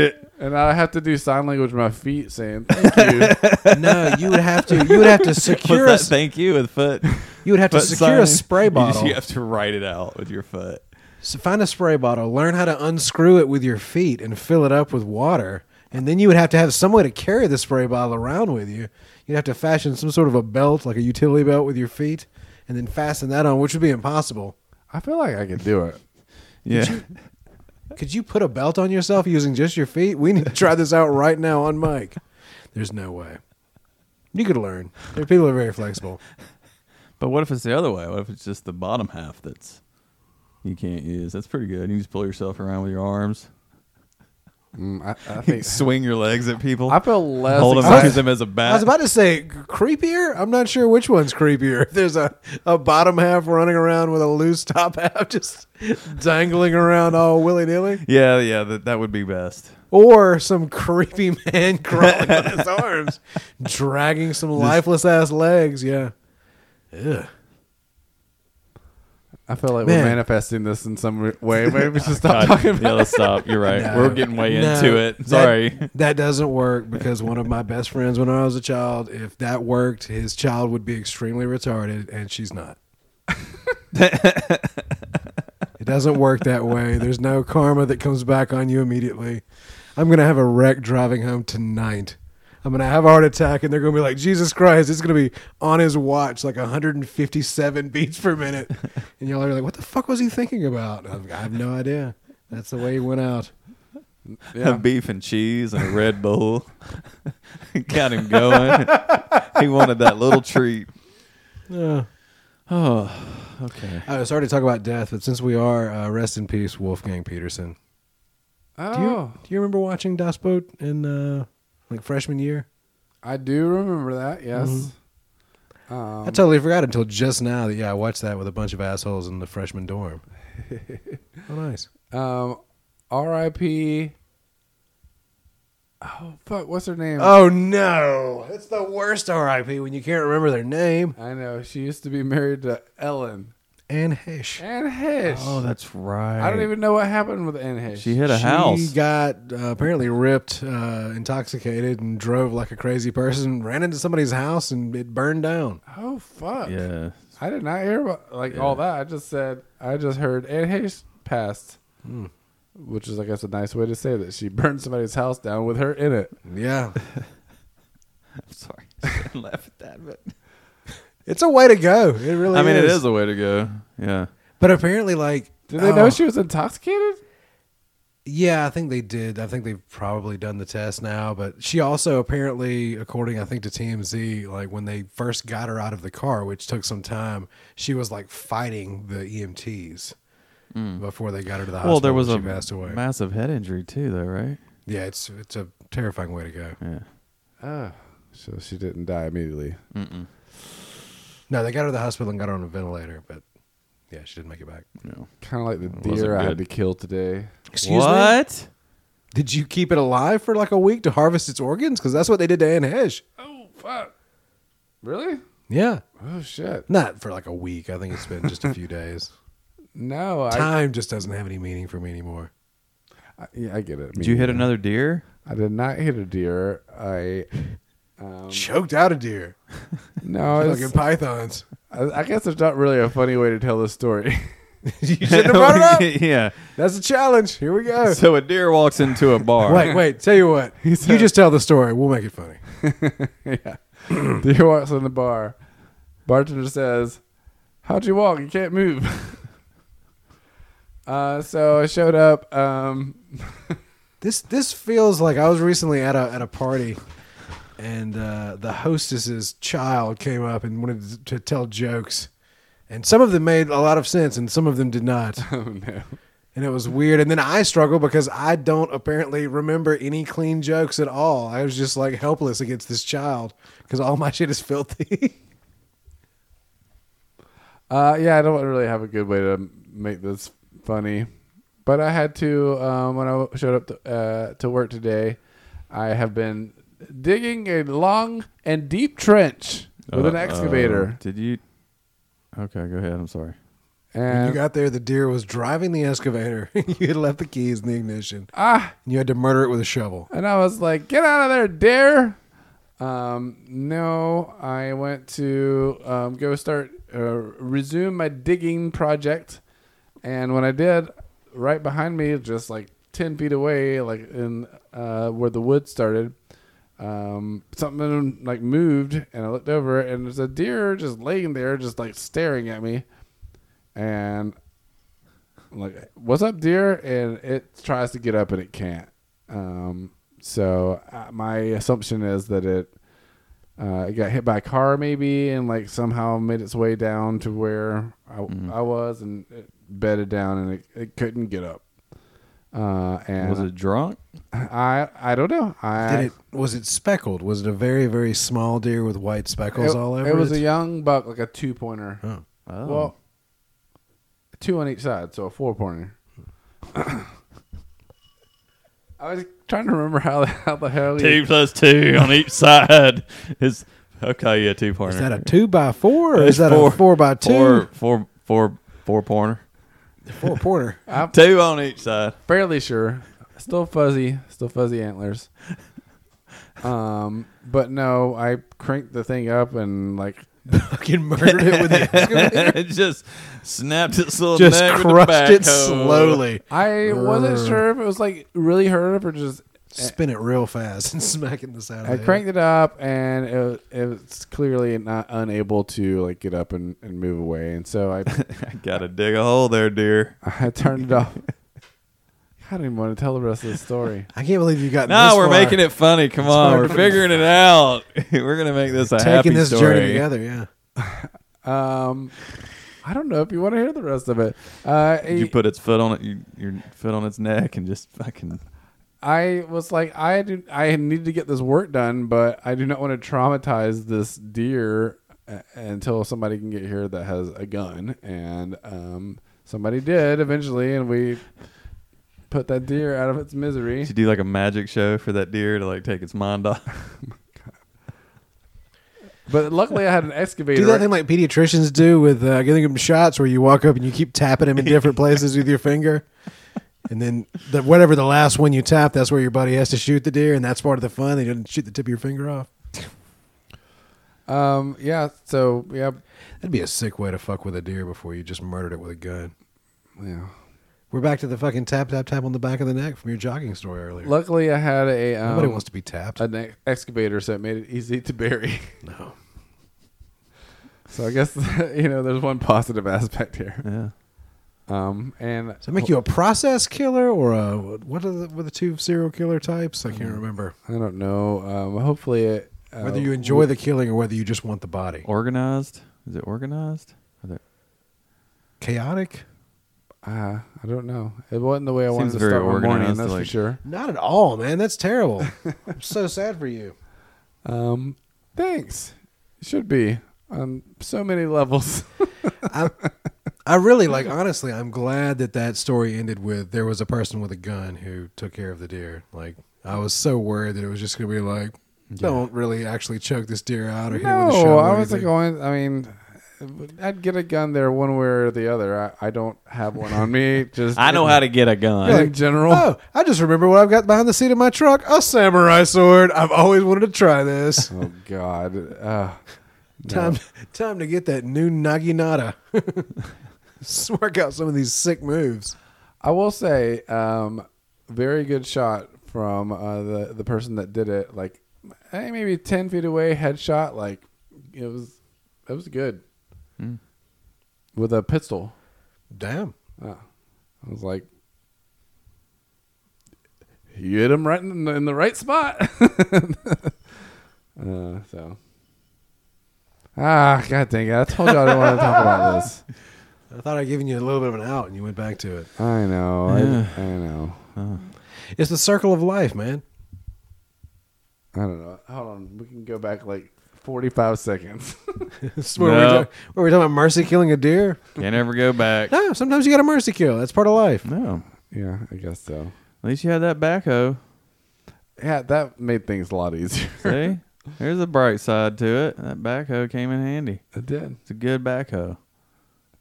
A: (laughs)
C: it.
A: and I have to do sign language with my feet, saying thank you.
B: no, you would have to you would have to
C: What's
B: secure a,
C: that? Thank you with foot.
B: you would have to
C: foot
B: secure a
C: sign. (laughs)
B: spray
C: You just-
B: bottle.
C: You, have to write it out with your foot.
B: So find a spray bottle, learn how to unscrew it with your feet and fill it up with water. And then you would have to have some way to carry the spray bottle around with you. You'd have to fashion some sort of a belt, like a utility belt with your feet, and then fasten that on, which would be impossible.
A: (laughs) I feel like I could do it.
C: Yeah.
B: Could you put a belt on yourself using just your feet? We need to try this out right now on mic. There's no way. You could learn. There- People are very flexible.
C: (laughs) But what if it's the other way? What if it's just the bottom half that's you can't use? That's pretty good. You can just pull yourself around with your arms,
A: Mm, I, I think
C: (laughs) swing your legs at people,
A: I feel less.
C: hold them,
A: excited.
C: use them as a bat.
B: I was about to say creepier. I'm not sure which one's creepier. (laughs) If There's a, a bottom half running around with a loose top (laughs) half just dangling around all willy nilly,
C: yeah, yeah, that, that would be best.
B: or some creepy (laughs) man crawling on his arms, dragging some lifeless ass legs. Yeah. Ugh.
A: I feel like
B: Man.
A: we're manifesting this in some re- way. Maybe we should stop
B: (laughs)
C: God,
A: talking about.
C: yeah, let's stop. You're right.
B: No.
C: We're getting way
B: No,
C: into it.
B: that-
C: Sorry. (laughs)
B: That doesn't work because one of my best friends when I was a child, if that worked, his child would be extremely retarded and she's
C: (laughs)
B: not. it doesn't work that way. There's no karma that comes back on you immediately. I'm going to have a wreck driving home tonight. I'm going to have a heart attack and they're going to be like, Jesus Christ, it's going to be on his watch like 157 (laughs) beats per minute. And y'all are like, what the fuck was he thinking about? I'm, I have no idea. That's the way he went out.
A: Yeah.
C: Beef and cheese and a Red Bull. (laughs) Got him going. he wanted that little treat.
B: Yeah.
C: Oh, okay.
B: I was sorry to talk about death, but since we are, uh, rest in peace, Wolfgang Peterson. Do you,
A: Oh,
B: do you remember watching Das Boot in uh, like freshman year?
A: I do remember that. Yes.
B: I Mm-hmm.
A: Um,
B: totally forgot until just now that yeah, I watched that with a bunch of assholes in the freshman (laughs) dorm. oh, nice.
A: um, R.I.P. Oh fuck! What's her name?
B: Oh no, it's the worst R.I.P. when you can't remember their name.
A: I know she used to be married to Ellen
B: Anne Hesh.
A: Anne Hish.
C: Oh, that's right.
A: I don't even know what happened with Anne Hish.
C: She hit a
B: she
C: house.
B: got uh, apparently ripped, uh, intoxicated, and drove like a crazy person. Ran into somebody's house and it burned down.
A: oh fuck!
C: yeah.
A: I did not hear about like all that. I just said I just heard Anne Hish passed, which is I guess a nice way to say that she (laughs) burned somebody's house down with her in it.
B: (laughs) Yeah,
C: (laughs) I'm sorry. (laughs) I laugh at that, but
B: it's a way to go. It really.
C: I mean, it
B: is.
C: is a way to go. Yeah.
B: But apparently, like,
A: Did they
B: oh,
A: know she was intoxicated?
B: Yeah, I think they did. I think they've probably done the test now. But she also apparently, according I think to TMZ, like when they first got her out of the car, which took some time, she was like fighting the EMTs before they got her to the hospital.
C: Hmm. Well, there was
B: and
C: a
B: she passed away.
C: massive head injury too, though, right?
B: yeah, it's it's a terrifying way to go.
C: Yeah.
A: Oh, so she didn't die immediately.
C: Mm-mm.
B: No, they got her to the hospital and got her on a ventilator, but yeah, she didn't make it back.
C: No.
A: Kind of like the
C: wasn't
A: deer I had
C: good.
A: to kill today.
B: Excuse me.
C: what?
B: Did you keep it alive for like a week to harvest its organs? Because that's what they did to Anne Hesh.
A: Oh fuck! Really?
B: Yeah.
A: Oh shit!
B: Not for like a week. I think it's been just a few days.
A: No, (laughs) I
B: Time just doesn't have any meaning for me anymore.
A: I, yeah, I get it.
C: Did you hit
A: a?
C: another deer?
A: I did not hit a deer. I
C: (laughs)
A: um,
B: Choked out a deer.
A: no.
B: Fucking
A: Oh, It's,
B: pythons. (laughs)
A: I, I guess there's not really a funny way to tell this story. (laughs)
B: you shouldn't have
C: (laughs)
B: brought it up.
C: Oh, yeah.
B: That's a challenge. Here we go.
C: (laughs) So a deer walks into a bar.
B: Wait, wait. Tell you what. you just tell the story. We'll make it funny.
C: (clears throat)
A: yeah. Deer walks in the bar. Bartender says, How'd you walk? You can't move. (laughs) uh, so I showed up. Um, (laughs)
B: This this feels like I was recently at a at a party, and uh, the hostess's child came up and wanted to tell jokes, and some of them made a lot of sense, and some of them did not,
A: oh, no.
B: and it was weird. And then I struggled because I don't apparently remember any clean jokes at all. I was just like helpless against this child because all my (laughs) shit is filthy.
A: Uh, yeah, I don't really have a good way to make this funny, but I had to um, when I showed up to, uh, to work today. I have been digging a long and deep trench with an
C: Uh,
A: excavator,
C: uh, did you? Okay, go ahead. I'm sorry.
B: when
A: and
B: you got there, the deer was driving the excavator. (laughs) you had left the keys in the ignition,
A: ah,
B: and you had to murder it with a shovel.
A: and I was like, "Get out of there, dare!" Um, no, I went to um, go start uh, resume my digging project, and when I did, right behind me, just like ten feet away, like in uh, where the wood started, um, something like moved, and I looked over, and there's a deer just laying there, just like staring at me, and I'm like, "What's up, deer?" And it tries to get up, and it can't. Um, so uh, my assumption is that it uh, it got hit by a car maybe and like somehow made its way down to where I,
C: Mhm.
A: I was and it bedded down and it, it couldn't get up. Uh, and
C: Was it drunk?
A: I I don't know. I
B: Did it? Was it speckled? Was it a very very small deer with white speckles
A: it,
B: all over?
A: it was a young buck, like a two pointer.
B: Oh.
C: Oh.
A: Well, two on each side, so a four pointer. (coughs) I was trying to remember how the, how the hell you-
C: two
A: (laughs)
C: plus two on each side (laughs) is okay. Yeah, two pointer.
B: Is that a two by four or
C: It's
B: is that
C: four-
B: a four by two?
C: Four, four, four, four pointer.
B: Four pointer.
A: I'm
C: Two on each side. (laughs)
A: fairly sure. Still fuzzy, still fuzzy antlers. Um, but no, I cranked the thing up and like
B: (laughs) Fucking murdered it with the excavator.
C: it just snapped its little
B: Just
C: neck
B: crushed
C: with
B: it
C: the backhoe.
B: slowly.
A: I wasn't
B: Grr.
A: sure if it was like really hurt up or just
C: Eh.
B: Spin it real fast and (laughs) smacking the side of
A: I
B: the
A: cranked it up and it, was- it was clearly not unable to like get up and, and move away. And so I
C: I (laughs) gotta dig a hole there, dear.
A: (laughs) I turned it off. God, I didn't want to tell the rest of the story.
B: head. I can't believe you got
C: No,
B: this
C: we're
B: far.
C: making it funny. Come on,
B: hard
C: we're
B: to-
C: figuring it out. (laughs) we're gonna make this a happy
B: taking this
C: story.
B: journey together. Yeah,
A: (laughs) Um, I don't know if you want to hear the rest of it. Uh,
C: You
A: it-
C: put its foot on it, you, your foot on its neck, and just (laughs) fucking.
A: I was like, I do, I need to get this work done, but I do not want to traumatize this deer uh, until somebody can get here that has a gun. And um, somebody did eventually, and we put that deer out of its misery.
C: Did you do like a magic show for that deer to like take its mind off?
A: But luckily, I had an excavator.
B: do that thing like pediatricians do with uh, giving them shots, where you walk up and you keep tapping them in
C: (laughs)
B: different places with your finger, and then the, whatever the last one you tap, that's where your buddy has to shoot the deer, and that's part of the fun. They didn't shoot the tip of your finger off.
A: Um, yeah. So yeah,
B: That'd be a sick way to fuck with a deer before you just murdered it with a gun.
A: yeah.
B: We're back to the fucking tap tap tap on the back of the neck from your jogging story earlier.
A: Luckily, I had a um,
B: Nobody wants to be tapped.
A: an ex- excavator, so it made it easy to bury. (laughs)
B: no.
A: So I guess (laughs) you know, there's one positive aspect here.
C: (laughs) Yeah.
A: Um, and
B: Does that make you a process killer or a what are the, were the two serial killer types? I can't remember.
A: I don't know. Um, hopefully, it, Mm. uh,
B: Whether you enjoy the killing or whether you just want the body.
C: Organized? Is it organized? Are there-
B: Chaotic?
A: uh, I don't know. It wasn't the way I wanted
C: Seems
A: to
C: very
A: start my morning.
C: organized,
A: That's for
C: like-
A: sure.
B: Not at all, man.
A: (laughs)
B: That's terrible. I'm so sad for you.
A: Um, thanks. It should be on so many
B: (laughs)
A: levels.
B: I, I really like honestly. I'm glad that that story ended with there was a person with a gun who took care of the deer. Like I was so worried that it was just gonna be like, don't really actually choke this deer out or hit it with a
A: no,
B: shovel. or
A: I wasn't
B: anything.
A: going. I mean. I'd get a gun there one way or the other. I, I don't have one on
C: (laughs)
A: me. Just
C: I know how to get a gun.
A: in general.
B: Oh, I just remember what I've got behind the seat of my truck: a samurai sword. I've always wanted to try this.
A: Oh God! Uh, no.
B: (laughs) Time, time to get that new naginata. work out some of these sick moves.
A: I will say, um, very good shot from uh, the the person that did it. Like, hey, maybe ten feet away, headshot. Like, it was it was good
C: Mm.
A: with a pistol.
B: Damn.
A: Uh, I was like, you hit him right in the, in the right spot. (laughs) uh, so. Ah, god dang it. I told you I didn't want to talk about this.
B: I thought I'd given you a little bit of an out, and you went back to it.
A: I know. I-
C: Yeah.
A: I, know.
C: Oh.
B: It's the circle of life, man. (laughs)
A: I don't know. Hold on. We can go back like 45 seconds. (laughs)
B: It's where,
C: No.
B: we're talking, where we're talking about mercy killing a deer.
C: (laughs) Can't ever go back.
B: No, sometimes you got to mercy kill. That's part of life.
C: No.
A: yeah, I guess so.
C: At least you had that (laughs) backhoe.
A: Yeah, that made things a lot easier. (laughs)
C: See? There's a bright side to it. That backhoe came in handy.
A: It did.
C: It's a good backhoe.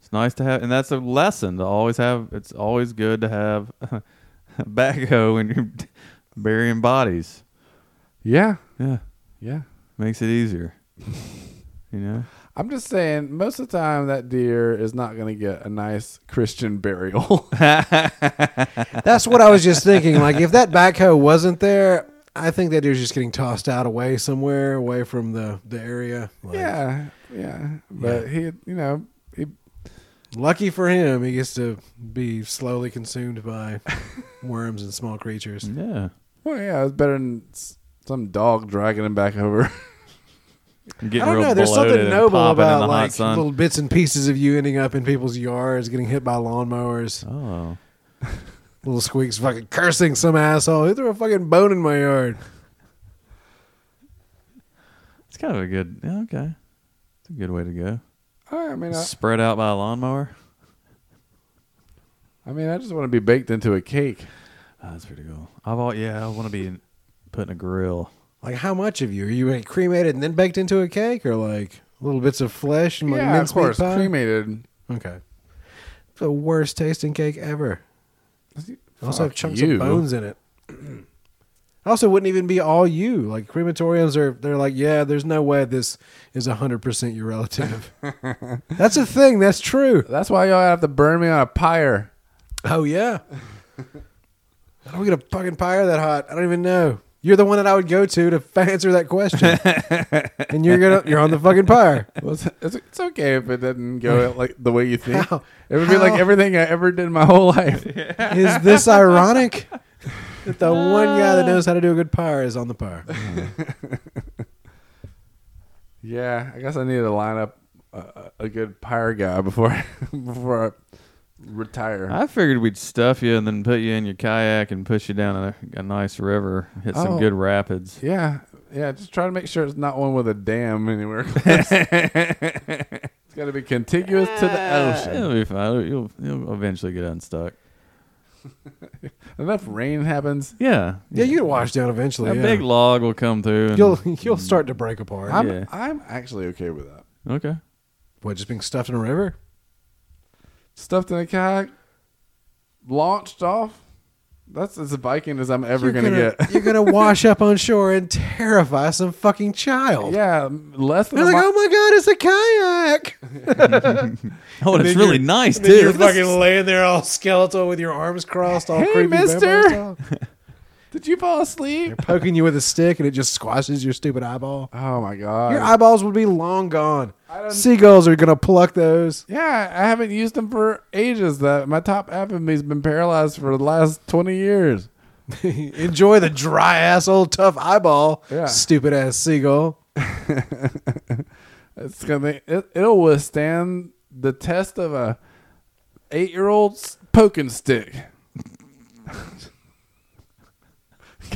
C: It's nice to have, and that's a lesson to always have. It's always good to have (laughs) a backhoe when you're (laughs) burying bodies.
A: Yeah.
C: Yeah,
A: Yeah.
C: makes it easier. You know,
A: I'm just saying, most of the time, that deer is not going to get a nice Christian burial. (laughs)
B: That's what I was just thinking. Like, if that backhoe wasn't there, I think that deer's just getting tossed out away somewhere, away from the, the area. Like,
A: yeah. Yeah. But he, you know, he,
B: Lucky for him, he gets to be slowly consumed by (laughs) worms and small creatures.
C: yeah,
A: well, yeah, it was better than s- some dog dragging him back over. (laughs)
C: getting
B: I don't know. There's
C: bloated
B: something
C: and
B: noble
C: popping
B: about
C: in the hot
B: like
C: sun.
B: little bits and pieces of you ending up in people's yards, getting hit by lawnmowers,
C: Oh,
B: little squeaks fucking cursing some asshole. Who threw a fucking bone in my yard?
C: it's kind of a good. Yeah, okay, it's a good way to go.
A: Oh, I mean, I,
C: Spread out by a lawnmower.
A: I mean, I just want to be baked into a cake.
C: Oh, that's pretty cool. I've all yeah. I want to be in, put in a grill.
B: Like, how much of you? Are you like, cremated and then baked into a cake or like little bits of flesh and like
A: yeah, of
B: mincemeat
A: course,
B: pie?
A: cremated.
B: Okay. The worst tasting cake ever. I also have
A: Fuck
B: chunks
A: you.
B: of bones in it. (clears throat) I also wouldn't even be all you. Like crematoriums are they're like, yeah, there's no way this is 100%
A: (laughs)
B: your relative. that's a thing, that's true.
A: That's why y'all have to burn me on a pyre.
B: Oh yeah. How do we get a fucking pyre that hot? I don't even know. You're the one that I would go to to f- answer
A: (laughs)
B: that question. and you're gonna you're on the fucking pyre.
A: Well, it's, it's, it's okay if it doesn't go out like the way you think.
B: How?
A: It would be like
B: How?
A: everything I ever did my (laughs) whole life.
B: Is this ironic? That the one guy that knows how to do a good pyre is on the pyre.
A: Yeah, I guess I need to line up a, a good pyre guy before (laughs) I, before I retire.
C: I figured we'd stuff you and then put you in your kayak and push you down a, a nice river, hit some
A: Oh.
C: good rapids.
A: yeah, yeah. Just try to make sure it's not one with a dam anywhere. close. it's got to be contiguous to the ocean.
C: It'll be fine. You'll you'll eventually get unstuck.
A: Enough rain happens.
C: Yeah,
B: Yeah, you get washed down
C: a
B: eventually. yeah.
C: big log will come through. And,
B: You'll you'll start to break apart.
A: I'm
C: Yeah.
A: I'm actually okay with that.
B: (laughs)
C: okay.
B: What, just being stuffed in a river?
A: Stuffed in a kayak, launched off. That's as Viking as I'm ever
B: you're
A: gonna, get.
B: (laughs) you're gonna wash up on shore and terrify some fucking
C: Oh.
B: child.
A: yeah, less than
B: They're
A: a
B: like,
A: mi-
B: oh my god, it's a kayak.
C: Oh, and it's really nice
B: And (laughs) then
C: too. (laughs)
B: you're fucking laying there all skeletal with your arms crossed, all
A: Hey,
B: creepy vampire
A: mister.
B: style.
A: Did you fall asleep?
B: (laughs) poking you with a stick, and it just squashes your stupid eyeball.
A: Oh my god.
B: Your eyeballs would be long gone.
A: I don't-
B: Seagulls are gonna pluck (laughs) those.
A: Yeah, I haven't used them for ages. That my top Applebee's been paralyzed for the last twenty years.
B: Enjoy the dry ass old tough eyeball.
A: Yeah.
B: Stupid ass seagull.
A: It's gonna it, it'll withstand the test of a eight year old's poking stick. (laughs)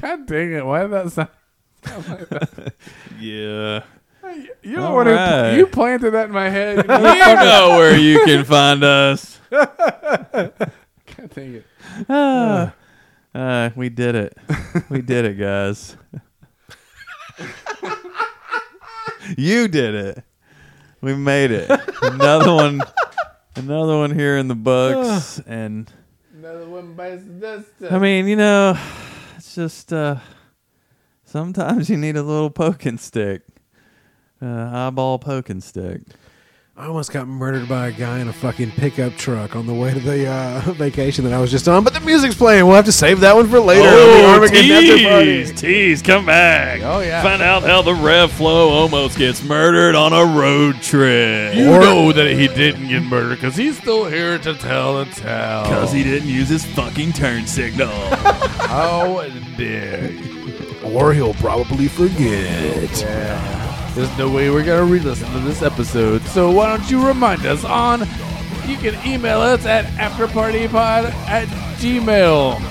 A: God dang it! Why did that sound?
C: yeah.
A: You're the
C: All
A: one
C: right.
A: who you planted that in my head.
C: (laughs)
A: You
C: You know where you (laughs) can find us.
A: God dang it!
C: (laughs) Ah. Uh, we did it. We did it, guys. you did it. We made it. (laughs) Another one. Another one here in the books, and
A: Another one bites the dust.
C: I mean, you know, it's just uh, sometimes you need a little poking stick, uh, eyeball poking stick.
B: I almost got murdered by a guy in a fucking pickup truck on the way to the uh, (laughs) vacation that I was just on, but the music's playing. We'll have to save that one for later. The Armageddon after party.
C: Oh, tease, tease, come back.
A: Oh, yeah.
C: Find out how the Rev Flow almost gets murdered on a road trip.
A: You
B: Or-
A: know that he didn't get murdered because he's still here to tell the tale.
C: Because he didn't use his fucking turn signal.
A: How dare you?
B: Or he'll probably forget.
A: There's no way we're going to re listen to this episode, so why don't you remind us on. You can email us at afterpartypod at gmail.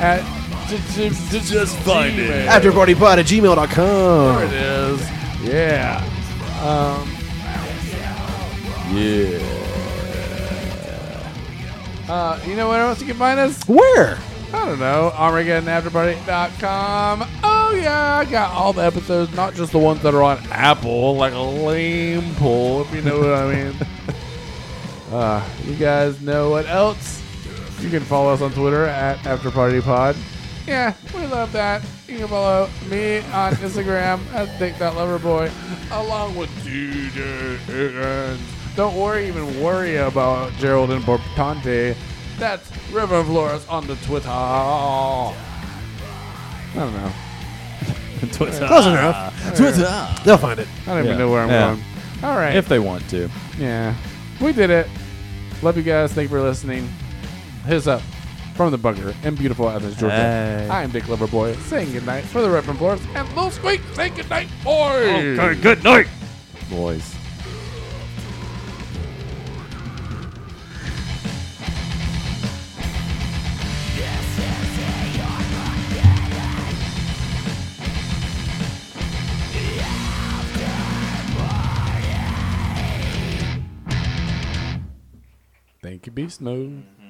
A: At j- j- j-
C: Just find
A: Gmail.
C: it.
B: Afterpartypod at
A: There it
B: gmail.com.
A: is. Yeah. Um, yeah. Uh, you know where else you can find us?
B: Where?
A: I don't know. ArmageddonAfterparty.com. Oh, yeah. I got all the episodes, not just the ones that are on Apple, like a lame pull, if you know what I mean. Uh, you guys know what else? You can follow us on Twitter at AfterPartyPod. Yeah, we love that. You can follow me on Instagram at Dick.Loverboy, along with DJ Higgins. Don't worry, even worry about Gerald and Bortante. That's River Flores on the Twitter. I don't know.
B: (laughs)
C: Twitter.
B: Close enough.
C: Twitter.
B: They'll find it.
A: I don't even
C: Yeah.
A: know where I'm
C: Yeah.
A: going. All right.
C: If they want to.
A: yeah. We did it. Love you guys. Thank you for listening. Hit us up from the bunker in beautiful Athens, Georgia.
C: Hey.
A: I am Dick Loverboy saying goodnight for the Reverend Flores and Lil Squeak saying goodnight, boys.
C: good night. Boys.
A: Thank you, Beast Mode.